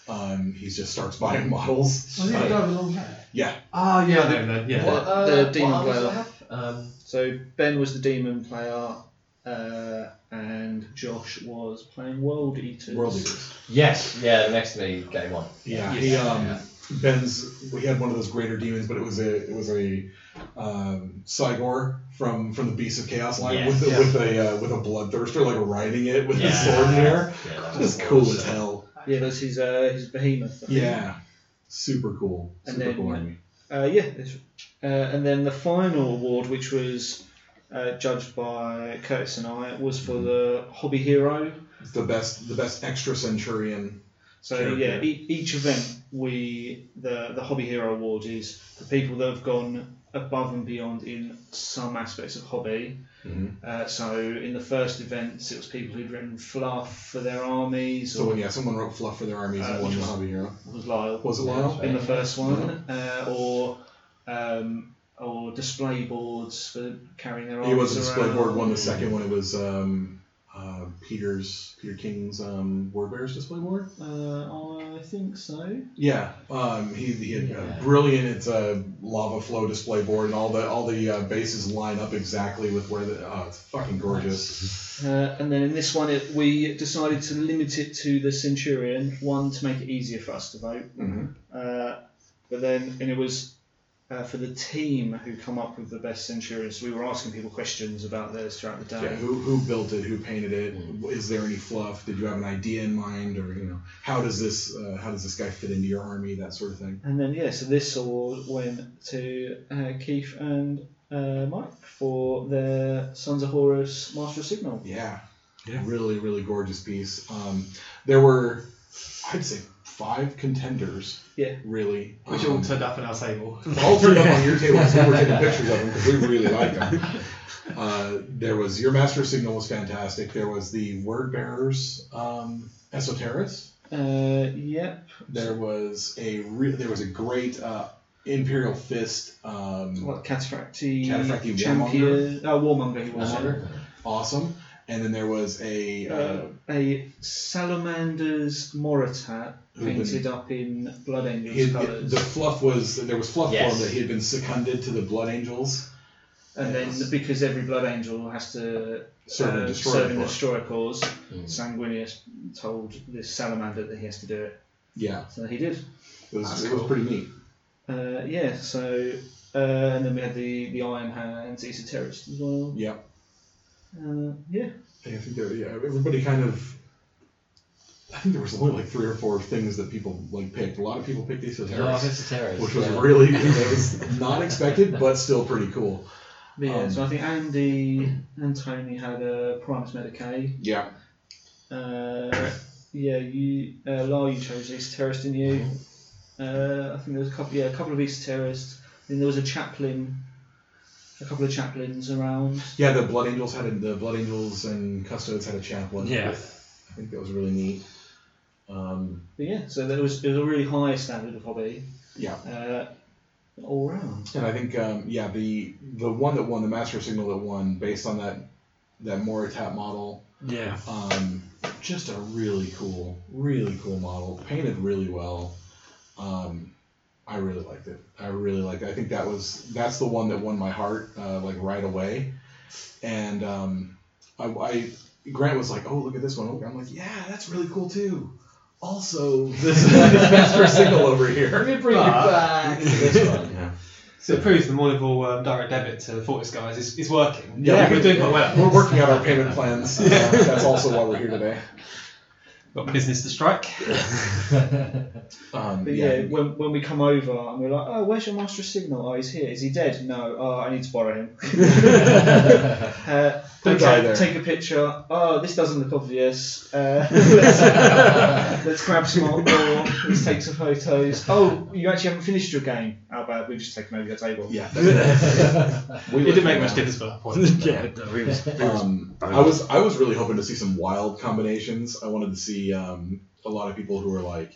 um, he just starts buying models.
Was he the
Uh,
guy with long hair?
Yeah.
Ah, yeah, I know him then. Yeah.
What? the demon
arms do uh, I
player.
have? Um,
So Ben was the demon player, uh, and Josh was playing World Eaters.
World leaders.
yes. Yeah. The next to me, game one.
Yeah,
Yeah.
he um, Ben's. We had one of those greater demons, but it was a it was a um, Sigor from from the Beast of Chaos line
Yeah.
with a,
Yeah.
with a uh, with a bloodthirster like riding it with his
Yeah.
sword in the air.
Yeah, that was
Just cool
awesome.
as hell.
Yeah, that's his uh, his behemoth. I think.
Yeah, super cool.
And
Super
then-
cool army.
Uh, yeah. it's- Uh, and then the final award, which was uh, judged by Curtis and I, was for
Mm-hmm.
the hobby hero.
It's the best the best extra centurion.
So
Sure,
yeah,
yeah.
E- each event we the the hobby hero award is for people that have gone above and beyond in some aspects of hobby.
Mhm.
Uh, so in the first events, it was people who'd written fluff for their armies,
So
or
when yeah, someone wrote fluff for their armies
Uh,
and won
which
the
was-
hobby hero.
was Lyle
Was it Mm-hmm. Lyle?
in the first one, uh, or um, or display boards for carrying their armies
He was a display
around.
board one. The second one it was um, uh, Peter's Peter King's um, Word Bearers display board.
Uh, I think so.
Yeah, um, he, he had
Yeah.
a brilliant it's a lava flow display board, and all the all the uh, bases line up exactly with where the oh, it's fucking gorgeous.
Uh, and then in this one, it, we decided to limit it to the Centurion, one to make it easier for us to vote.
Mhm.
Uh, but then, and it was uh, for the team who come up with the best centurions. We were asking people questions about theirs throughout the day.
Yeah, who, who built it? Who painted it? Is there any fluff? Did you have an idea in mind, or you know, how does this uh, how does this guy fit into your army? That sort of thing.
And then, yeah, so this award went to uh, Keith and uh, Mike for their Sons of Horus Master Signal.
Yeah,
Yeah.
really, really gorgeous piece. Um, there were, I'd say, five contenders.
Yeah.
really.
Which
um,
all turned up on our table.
all turned up on your table because we were taking pictures of them because we really like them. Uh, there was your master signal was fantastic. There was the word bearers, um, esoterics.
Uh, yep.
There was a re- there was a great uh, imperial fist. Um,
What Cataracty,
Cataracty
champion? Warmonger. Oh, Warmonger. He was.
Warmonger. awesome. And then there was a uh,
Uh, a salamander's Moritat
who'd been-
painted up in Blood
he
Angels
had-
colours,
the fluff was there was fluff
Yes.
for him that he had been seconded to the blood angels.
and then because every Blood Angel has to
Serve and
uh,
destroy.
serve
the
and
book.
destroy a cause,
Mm.
Sanguinius told this salamander that he has to do it,
Yeah,
so he did.
it was,
That's
it
cool.
was pretty neat.
Uh, yeah, so uh, and then we had the the Iron Hands esoterist as well.
Yeah.
Uh, yeah,
Yeah, I think there, yeah, everybody kind of. I think there was only like three or four things that people like picked. A lot of people picked esoterics, which was really that was not expected, but still pretty cool.
But yeah.
Um,
so I think Andy and Tony had a Primus Medicaid.
Yeah,
Uh, yeah, you uh, Lyle, you chose East Terrorist, didn't you? Uh, I think there was a couple, yeah, a couple of East Terrorists. Then there was a chaplain, a couple of chaplains around.
yeah. The Blood Angels had a, the Blood Angels and Custodes had a chaplain.
Yeah.
I think that was really neat. Um,
But yeah, so there was it was a really high standard of hobby
yeah,
uh, all round.
and I think um, yeah the the one that won the Master Signal that won based on that that Moritat model
Yeah.
Um, just a really cool, really cool model. Painted really well. Um, I really liked it. I really liked it. I think that was that's the one that won my heart uh, like right away. And um, I, I Grant was like, "Oh, look at this one." I'm like, "Yeah, that's really cool too." Also, this is master signal over
Let
here.
me bring you back to this one.
Yeah.
So it proves the Mournival um, direct debit to the Fortis guys is, is working.
Yeah,
we're doing quite well.
We're working out our payment plans. Uh, that's also why we're here today.
Got business to strike.
Um,
But yeah, when, when we come over and we're like, oh, where's your master signal? Oh, he's here. Is he dead? No. Oh, I need to borrow him. Uh,
Don't
okay,
die there.
Take a picture. Oh, this doesn't look obvious. Uh, let's, let's grab some more. Let's take some photos. Oh, you actually haven't finished your game. How bad? We've just taken over your table.
yeah.
It
We
didn't
live
make
now.
much difference by that point.
yeah. No, he was, he was
Um,
Bonus.
I was I was really hoping to see some wild combinations. I wanted to see um, a lot of people who were like,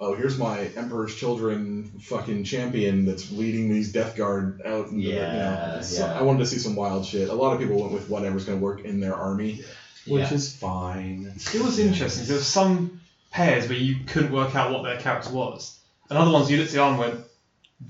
"Oh, here's my Emperor's Children fucking champion that's leading these Death Guard out." Into the, you know,
Yeah,
so
yeah.
I wanted to see some wild shit. A lot of people went with whatever's going to work in their army, which is fine.
It was interesting. There were some pairs where you couldn't work out what their character was, and other ones you looked at the arm and went,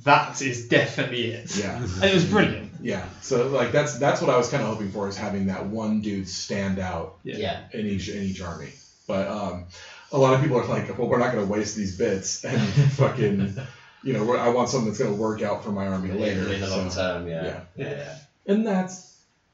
"That is definitely it."
Yeah,
And it was brilliant.
yeah. So like that's that's what I was kind of hoping for is having that one dude stand out
Yeah.
Yeah.
in each in each army. But um, a lot of people are like, well, we're not going to waste these bits and fucking, you know, we're- I want something that's going to work out for my army later.
In the
so-
long term, yeah.
Yeah.
And that's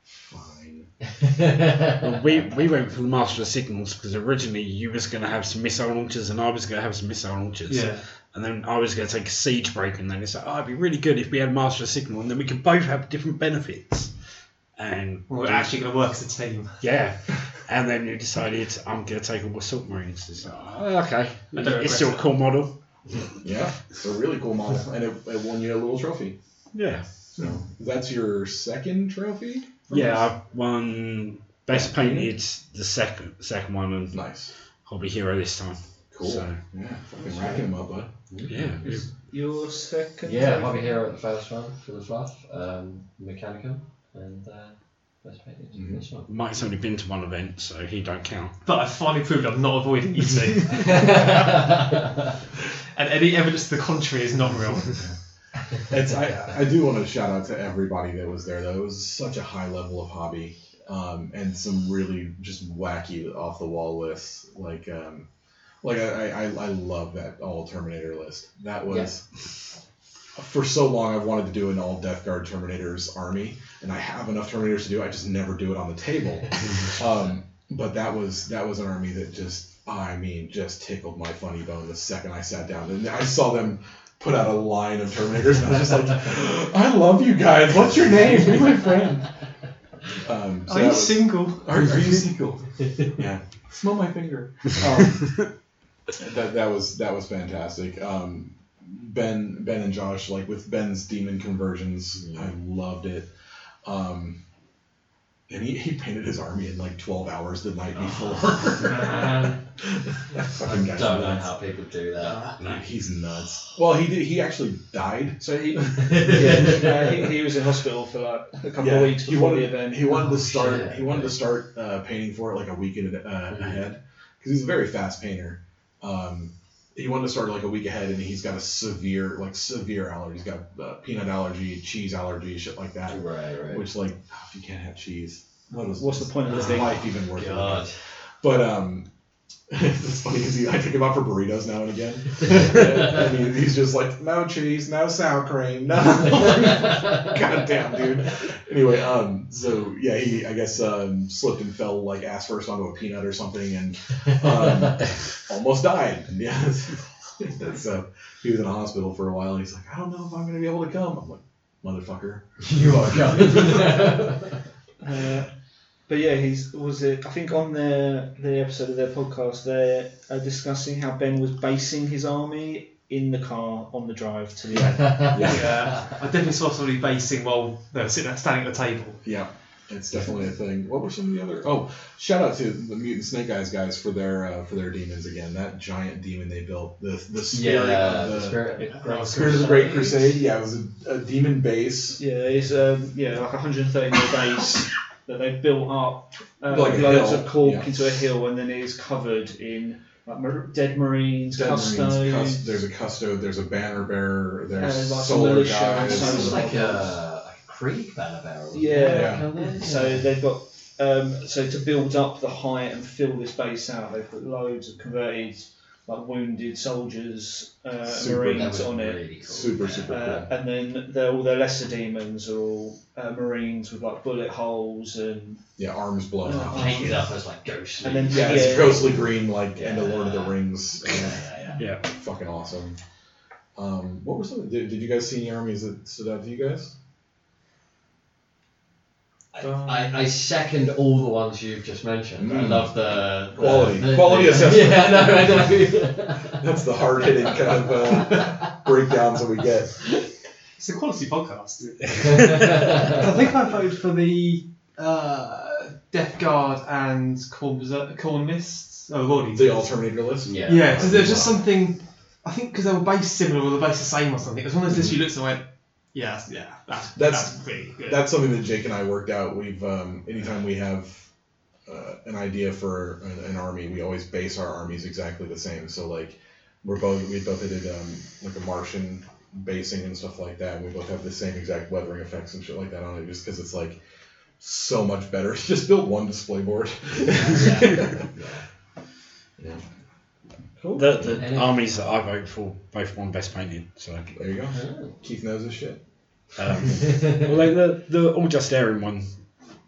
fine.
Yeah.
well, we, we went for the Master of Signals because originally you was going to have some missile launchers and I was going to have some missile launchers.
Yeah.
And then I was going to take a siege break and then it's like, oh, it'd be really good if we had Master of Signal and then we could both have different benefits. And
We We're actually going to work as a team.
Yeah. And then you decided I'm going to take all the submarines. It's like, oh, okay.
I don't
It's still a
regret
cool model.
Yeah, it's a really cool model, and it, it won you a little trophy.
Yeah.
So that's your second trophy. from
Yeah,
us?
I've won Best Painted the second second one and
Nice.
Hobby Hero this time.
Cool.
So-
yeah, fucking racking them up, bud.
Yeah. it-
Your second.
Yeah, Hobby Hero at the first one for the fluff, um, Mechanicum, and uh, Best Painted
Mhm.
this one.
Mike's only been to one event, so he don't count.
But I finally proved I'm not avoiding you two, and any evidence to the contrary is not real.
It's I, I do want to shout out to everybody that was there though. It was such a high level of hobby, um, and some really just wacky off the wall lists. Like um, like I, I, I I love that all Terminator list. That was for so long I've wanted to do an all Death Guard Terminators army, and I have enough Terminators to do. I just never do it on the table. um, but that was that was an army that just I mean just tickled my funny bone the second I sat down and I saw them put out a line of Terminators, and I was just like, I love you guys. What's your name? Be my friend. Um, so
Are
that
you
was-
single?
are, are you single? yeah. Smell my finger.
Oh,
Um, that that was that was fantastic. Um, ben Ben and Josh like with Ben's demon conversions,
Yeah.
I loved it. Um, and he, he painted his army in like twelve hours the night before.
Man,
That
I
fucking
don't
guy's
know
nuts.
how people do that.
No, he's nuts. Well, he did. He actually died.
So he,
yeah,
uh, he, he was in hospital for like a couple
Yeah,
of weeks
he
before
wanted,
the event.
He wanted
Oh,
to start.
shit.
He wanted to start uh, painting for it like a week in, uh,
Mm-hmm.
Mhm.
ahead because he's a very fast painter. Um, he wanted to start like a week ahead, and he's got a severe, like severe allergy. He's got uh, peanut allergy, cheese allergy, shit like that.
right, right.
Which like, oh, if you can't have cheese, what is
What's the point of
is
living?
life even worth? living?
God.
But um, it's funny because I take him out for burritos now and again, and he- he's just like, no cheese, no sour cream, no. God damn, dude. Anyway, um, so yeah, he I guess um, slipped and fell like ass first onto a peanut or something and um, almost died. Yeah, so he was in the hospital for a while. and He's like, I don't know if I'm gonna be able to come. I'm like, motherfucker.
You are God.
Uh, but yeah, he's was it? I think on their the episode of their podcast, they're uh, discussing how Ben was basing his army in the car on the drive to the event.
Yeah. I definitely saw somebody basing while they were sitting standing at the table.
Yeah, it's definitely a thing. What were some of the other? Oh, shout out to the mutant snake eyes guys for their uh, for their demons again. That giant demon they built. The the
Yeah,
spirit of
the
the.
spirit.
Great
uh, Spirit of the Great Crusade, yeah, it was a, a demon base
Yeah, it's um, yeah like 130 mil base that they built up uh,
Like a
loads
hill,
of cork
yeah.
into a hill, and then it is covered in like mar- dead marines,
Dead Marines,
custodes.
cus- there's a custode, there's a banner bearer,
And
there's
lots of
solar
militia
guys.
and
Sounds
so-
like a, like a Krieg banner barrel.
Yeah.
Yeah.
So they've got um, so to build up the height and fill this base out, they've put loads of converted like wounded soldiers, uh,
Super,
That
marines
was
on it,
really cool.
Super,
Yeah.
super
uh, and then they're, all their lesser demons are all uh, marines with like bullet holes and
yeah, arms blown
Oh.
out.
painted up as like ghostly.
And then-
Yeah,
Yeah.
it's ghostly green, like in the
Yeah.
Lord of the Rings.
yeah,
uh,
yeah,
Yeah.
fucking awesome. Um, what were some? Did, did you guys see any armies that stood out to you guys?
yeah. I, I, I second all the ones you've just mentioned. I
Mm.
love the, the
Quality.
the-
Quality
the-
assessment.
Yeah, no, I know.
That's the hard hitting kind of uh, breakdowns that we get.
It's a quality podcast. I
I
think I voted for the uh, Death Guard and Corn, Berser- Corn Mists. Oh, Lordy.
The all Terminator list.
Yeah.
Yeah, because there's just something. I think because they were based similar or they're based the same or something. It was one of those lists you looked and went, yeah, that's- yeah, that's
That's-
that's, pretty good.
That's something that Jake and I worked out. We've um, anytime we have uh, an idea for an, an army, we always base our armies exactly the same. So like we're both we both did um, like a Martian basing and stuff like that. And we both have the same exact weathering effects and shit like that on it, just because it's like so much better. just build one display board.
Yeah.
cool.
The, the
Any-
armies that I vote for both won best painted. So,
there you go. Keith knows his shit.
um, although the the all just airing one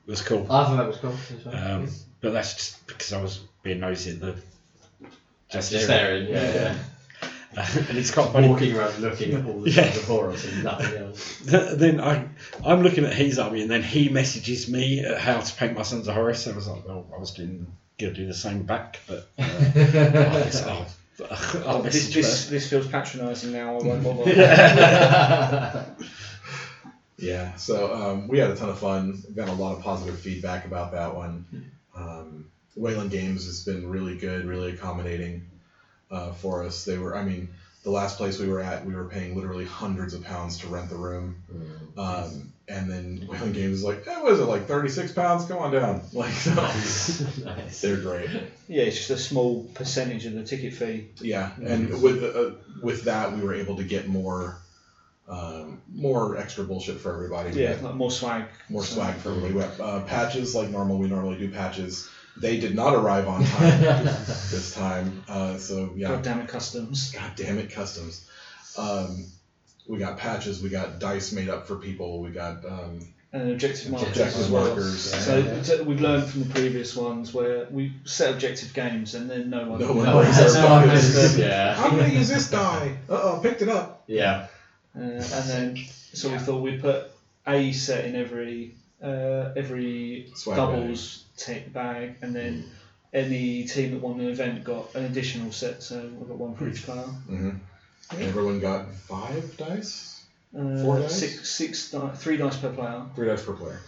was cool,
I thought that was cool. as well.
um, but that's just because I was being nosy at the just,
Just, just
airing,
staring. Yeah, yeah.
and it's quite funny.
Walking around looking at all the
Yeah.
stuff before us and nothing else.
Then I I'm looking at his army, and then he messages me at how to paint my sons of Horus. I was like, well, I was doing gonna do the same back, but uh, I guess I'll, I'll
this
message
this,
this.
this feels patronising now. I won't bother.
Yeah, so um, we had a ton of fun. Got a lot of positive feedback about that one. Um, Wayland Games has been really good, really accommodating uh, for us. They were, I mean, the last place we were at, we were paying literally hundreds of pounds to rent the room. Um, and then Wayland Games is like, eh, what is it, like 36 pounds? Come on down. Like, so,
nice. nice.
they're great.
Yeah, it's just a small percentage of the ticket fee.
Yeah, and with uh, with that, we were able to get more um, more extra bullshit for everybody. We
Yeah,
had
like more swag.
more
So-
swag for everybody. We have, uh, patches like normal. We normally do patches. They did not arrive on time this time. Uh, so yeah,
God damn it, customs.
god damn it, customs. Um, We got patches. We got dice made up for people. We got um,
and objective markers.
objective
as well.
markers.
Yeah.
So, so we've learned from the previous ones where we set objective games and then no one. Uh,
No one
No,
brings
that's
their
how I
buckets.
meant. Yeah.
I'm gonna use this die. Uh oh, picked it up.
Yeah.
Uh, and then so we thought we'd put a set in every uh, every
Swag Mm.
doubles ta- bag, and then any team that won an event got an additional set. So we got one for each player.
hmm Everyone got five dice.
Uh,
Four dice?
Six, six, di- three dice per player.
Three dice per player.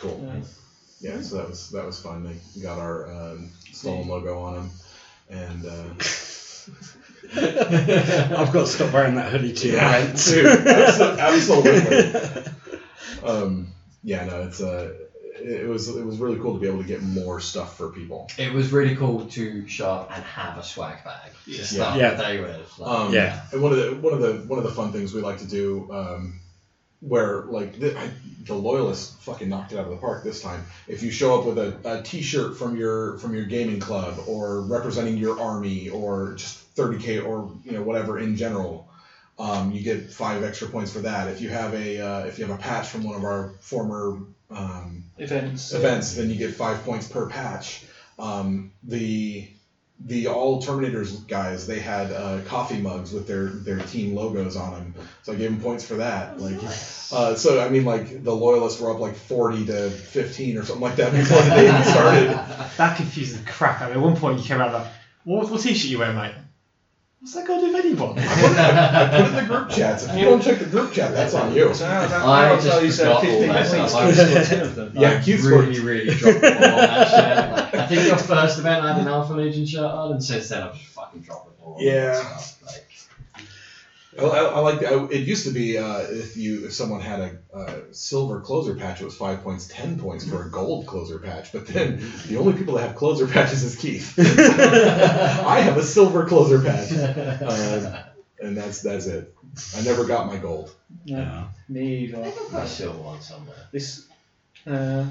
Cool.
Uh,
Yeah, so that was that was fun. They got our um, stolen logo on them, and uh,
I've got to stop wearing that hoodie too.
yeah,
right?
dude, abso- absolutely. um, yeah, no, it's uh, it it was it was really cool to be able to get more stuff for people.
It was really cool to show up and have a swag bag.
Yeah.
To start
Yeah.
the day with. Like,
Um,
Yeah.
And one of the one of the one of the fun things we like to do, um, where like the, I, the loyalists fucking knocked it out of the park this time. If you show up with a, a T-shirt from your from your gaming club or representing your army or just 30k or you know whatever in general, um, you get five extra points for that. If you have a uh, if you have a patch from one of our former um,
events.
events, then you get five points per patch. Um, the the all Terminators guys, they had uh, coffee mugs with their their team logos on them, so I gave them points for that. Like, uh, so I mean, like the loyalists were up like forty to fifteen or something like that before the day even started.
That confused the crap out of me. At one point, you came out like, what, what t-shirt you wear, mate? What's that got to do with anyone?
I put, it, I put it in the group chats. If you don't check the group chat, that's on you.
So how that,
I
how
just
tell you said
forgot all
15
that
points,
stuff.
I scored 10 of them.
Yeah,
Like,
Keith
really,
scored-
really dropped the ball on that shirt. Like, I think your first event I had an Alpha Legion shirt on, and since then I've just fucking dropped the ball. on that
Yeah.
stuff, Like,
I, I, I like that. I- It used to be uh, if you if someone had a, uh silver closer patch, it was five points, ten points for a gold closer patch. But then the only people that have closer patches is Keith. I have a silver closer patch, uh, and that's that's it. I never got my gold.
No, me
I
either.
think I've got a silver one somewhere.
This, uh,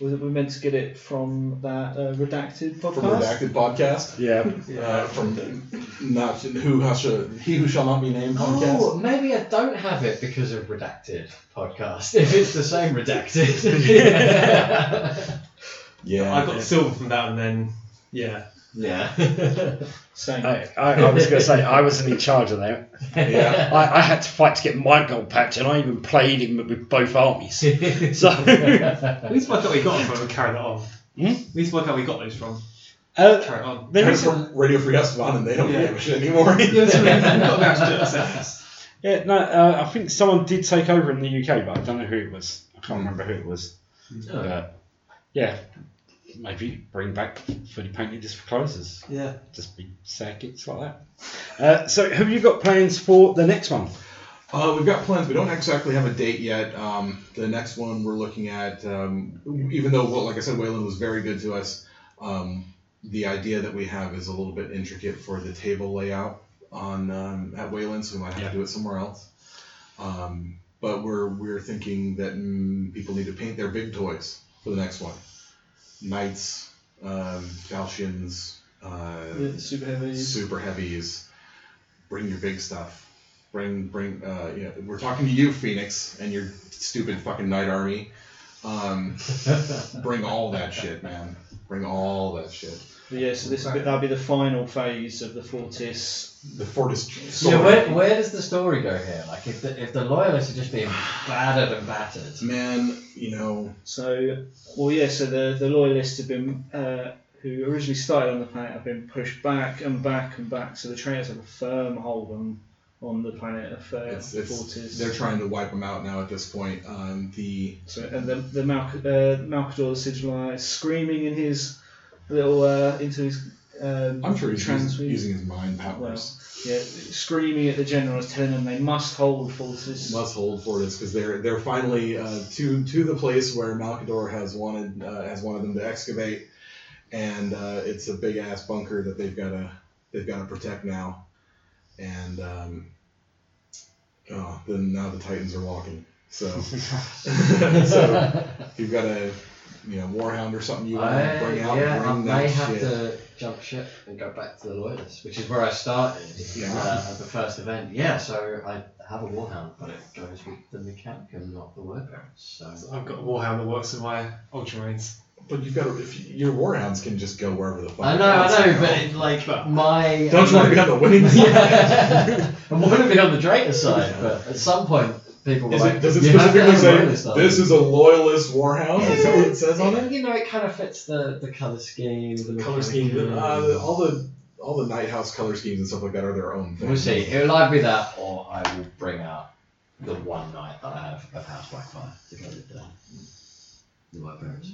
was it, we meant to get it from that uh, redacted podcast.
From Redacted Podcast,
Yeah.
uh, from not who has a, he who shall not be named podcast.
Oh, maybe I don't have it because of redacted podcast. If it's the same redacted.
Yeah.
Yeah,
I got silver from that, and then yeah,
yeah.
Same.
I, I, I was going to say, I wasn't in charge of that.
Yeah.
I, I had to fight to get my gold patch, and I even played him with both armies. So,
at least work out we got it from and carry that on.
Hmm?
At least work out we got those from.
uh,
Carry it on.
there
I'm
is
from Radio Free Esteban, and they don't
Yeah.
give a shit anymore.
Yeah, that's right. We've got to match it ourselves.
Yeah, no, uh, I think someone did take over in the UK, but I don't know who it was. I can't remember who it was. But yeah, maybe bring back fully painted just for closers.
Yeah.
Just be circuits like that. Uh, so, have you got plans for the next one?
Uh, we've got plans. We don't exactly have a date yet. Um, the next one we're looking at, um, even though, well, like I said, Wayland was very good to us, um, the idea that we have is a little bit intricate for the table layout on um, at Wayland, so we might have
Yeah.
to do it somewhere else. Um, but we're we're thinking that mm, people need to paint their big toys for the next one. Knights, um, falchions, uh,
Yeah, super heavy.
super heavies. Bring your big stuff. Bring bring. Uh, you know, we're talking to you, Phoenix, and your stupid fucking knight army. Um, bring all that shit, man. Bring all that shit.
But yeah, so this will be, that'll be the final phase of the Fortis.
The Fortis.
Yeah,
sword.
where, where does the story go here? Like, if the, if the loyalists are just being battered and battered,
man. You know.
So, well, yeah, so the, the loyalists have been, uh, who originally started on the planet, have been pushed back and back and back. So the traitors have a firm hold on on the planet of uh,
It's, it's,
Fortis.
they're trying to wipe them out now at this point. Um, the
So, and the the Malc- uh, Malcador Sigilli is screaming in his little uh, into his. Um,
I'm sure he's
trans-
using, using his mind powers.
yeah, screaming at the generals, telling them they must hold Fortis.
must hold for this because they're they're finally uh, to to the place where Malkador has wanted uh, has wanted them to excavate, and uh, it's a big ass bunker that they've got to they've got to protect now, and um, oh, then now the Titans are walking. So, so if you've got a you know Warhound or something you want
I,
to bring out,
yeah, I
bring
may
that
have
shit.
to jump ship and go back to the lawyers, which is where I started
Yeah.
uh, at the first event. Yeah, so I have a warhound, but it goes with the mechanicum, not the word parents. So
I've got a warhound that works with my ultramarines.
But you've got to, if you, your warhounds can just go wherever the fuck.
I
they
know,
want.
I know, but it, like my
Don't you want to be on the winning side?
yeah, I want to be on the traitor side, but at some point people were
Is
like,
it, does it
"You have to
specifically
have a
say
loyalist, aren't
this
you?"
is a loyalist warhound? Is that what it says on it?
You know, it kind of fits the, the color scheme. The
Color scheme,
mechanicum.
uh, all the all the night house color schemes and stuff like that are their own thing.
We'll see. It'll either be that, or I will bring out the one night that I have of House by Fire to go with the, the barbarians.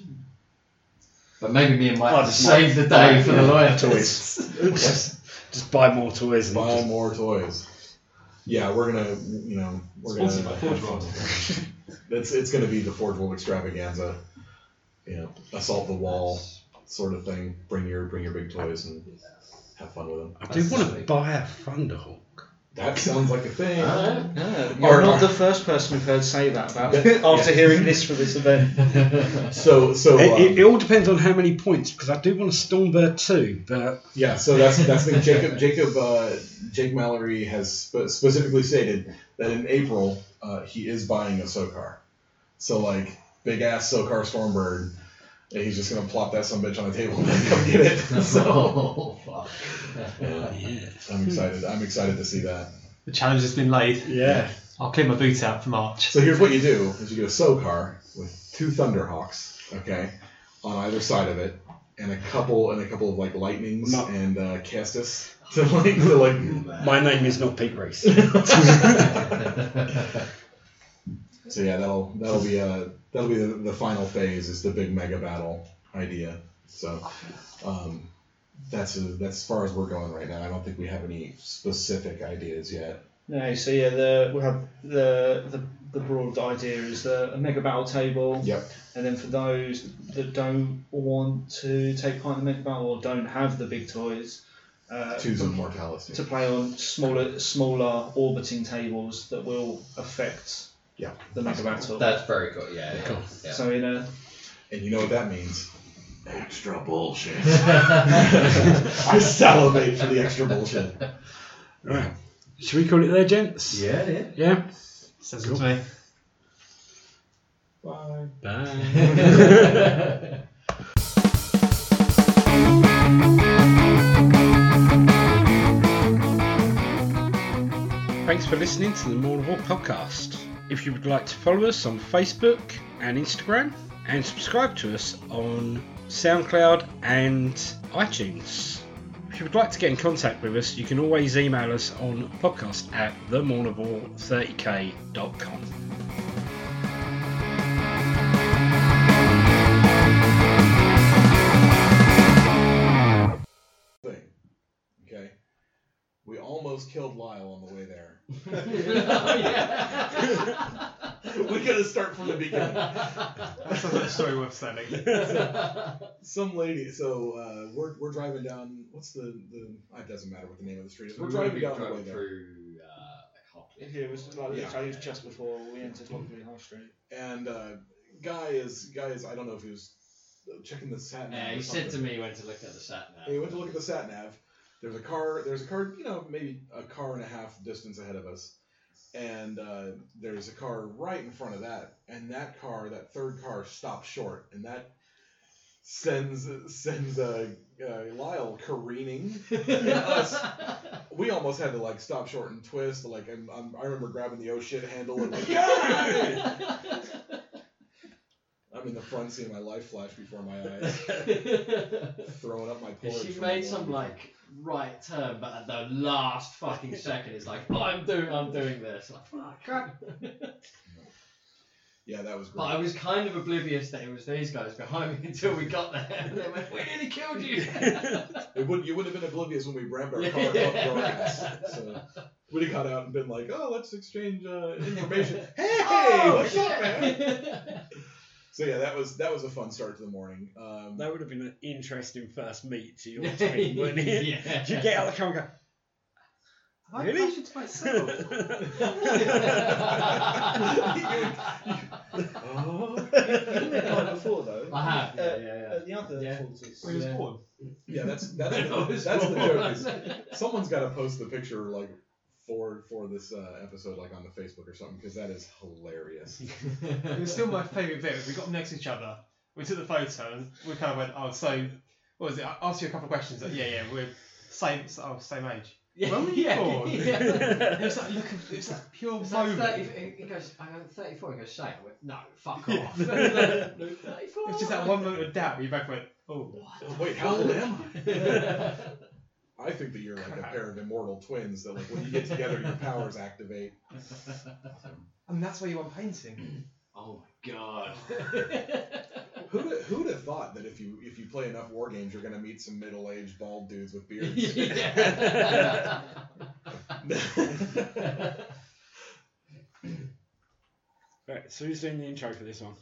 But maybe me and Mike
Oh,
will
to
save
save
the
the
day
day,
for the
yeah.
lawyer toys.
Toys. just, just buy more toys. And
Buy
just,
more toys. Yeah, we're gonna, you know, we're gonna.
Sponsored by Forge World.
It's it's gonna be the Forge World extravaganza. You know, assault the wall sort of thing. Bring your bring your big toys and have fun with them.
I do
That's
want to
sweet.
buy a Thunderhawk.
That sounds like a thing.
Alright.
No,
Or-
you're not the first person we've heard say that about
Yeah.
after hearing this for this event.
So so
It,
uh,
it, it all depends on how many points because I do want a Stormbird too, but
Yeah, so that's that's the thing. Jacob Jacob uh, Jake Mallory has sp- specifically stated that in April uh, he is buying a SoCar. So like big ass SoCar Stormbird, and he's just gonna plop that some bitch on the table and then go get it. So
oh, fuck.
yeah,
I'm excited. I'm excited to see that.
The challenge has been laid.
yeah.
I'll clear my boot out for March.
So here's what you do: is you get a SoCar with two Thunderhawks, okay, on either side of it, and a couple and a couple of like lightnings
No.
and uh, Castus to like to like
My name is not Pete Reese.
So yeah, that'll that'll be uh that'll be the, the final phase is the big mega battle idea. So um, that's that's as far as we're going right now. I don't think we have any specific ideas yet.
No, so yeah, the we have the the, the broad idea is the a mega battle table.
Yep.
And then for those that don't want to take part in the mega battle or don't have the big toys, uh,
Twos and mortality.
to play on smaller smaller orbiting tables that will affect
Yeah.
the mega battle.
That's very cool. Yeah. yeah,
Cool.
yeah.
So in a
And you know what that means? Extra bullshit.
yeah.
I salivate for the extra bullshit.
Right. Should we call it there, gents?
yeah.
Yeah.
Says
Cool.
it to me.
Bye.
Bye. Thanks for listening to the More War podcast. If you would like to follow us on Facebook and Instagram, and subscribe to us on SoundCloud and iTunes. If you would like to get in contact with us, you can always email us on podcast at themornivore30k.com.
Thing. Okay. We almost killed Lyle on the way there. We gotta start from the beginning.
That's not a story worth selling.
some lady. So uh, we're, we're driving down. What's the the? It doesn't matter what the name of the street is. We're driving down the way there,
through. Uh, I can't
it was like
Yeah.
literally it was just before we entered Lockley High Street.
and uh, guy is guy is. I don't know if he was checking the sat nav.
Yeah,
or
he said to
something.
me he went to look at the sat nav.
He went to look at the sat nav. There's a car. There's a car. You know, maybe a car and a half distance ahead of us, and uh, there's a car right in front of that. And that car, that third car, stops short, and that sends sends uh, uh, Lyle careening we almost had to like stop short and twist. Like I'm, I'm, I remember grabbing the oh shit handle and like, yeah! I'm in the front seeing my life flash before my eyes, throwing up my porridge.
she
from the
made some
wall.
like right turn, but at the last fucking second, it's like I'm doing, I'm doing this. Like fuck. crap.
Yeah, that was
But
great.
I was kind of oblivious that it was these guys behind me until we got there, and they went, "We nearly killed you."
It would, you would have been oblivious when we rammed our
Yeah.
car up your ass. So we'd have got out and been like, oh, let's exchange uh, information. hey,
Oh,
what's up, man?
shit.
So yeah, that was that was a fun start to the morning. Um,
That would have been an interesting first meet to your team, wouldn't it?
Yeah.
You get out of the car and go,
I
Really?
mentioned to myself.
You met the guy before though.
I have. Yeah,
Uh,
yeah, yeah.
At the other
Yeah.
forces.
Where he was
Yeah.
born.
Yeah, that's that's the,
Those
that's the
four.
joke. Is someone's got to post the picture like for for this uh, episode like on the Facebook or something because that is hilarious.
It was still my favourite bit. was We got next to each other. We took the photo and we kind of went, oh, so, what was it? I asked you a couple of questions. Like, yeah, yeah, we're same, oh, same age. When were you born? It was that look of, it was that pure
It's like
moment.
30, he goes, I'm 34. He goes, Shane. I went, no, fuck off. no, 34.
It's just that one moment of doubt where you both went, oh.
Wait, how old am
yeah,
I? I think that you're like a pair of immortal twins that like when you get together your powers activate.
And that's why you want painting.
Oh my god.
Who'd have, who'd have thought that if you if you play enough war games you're gonna meet some middle aged bald dudes with beards?
yeah.
Right, so who's doing the intro for this one?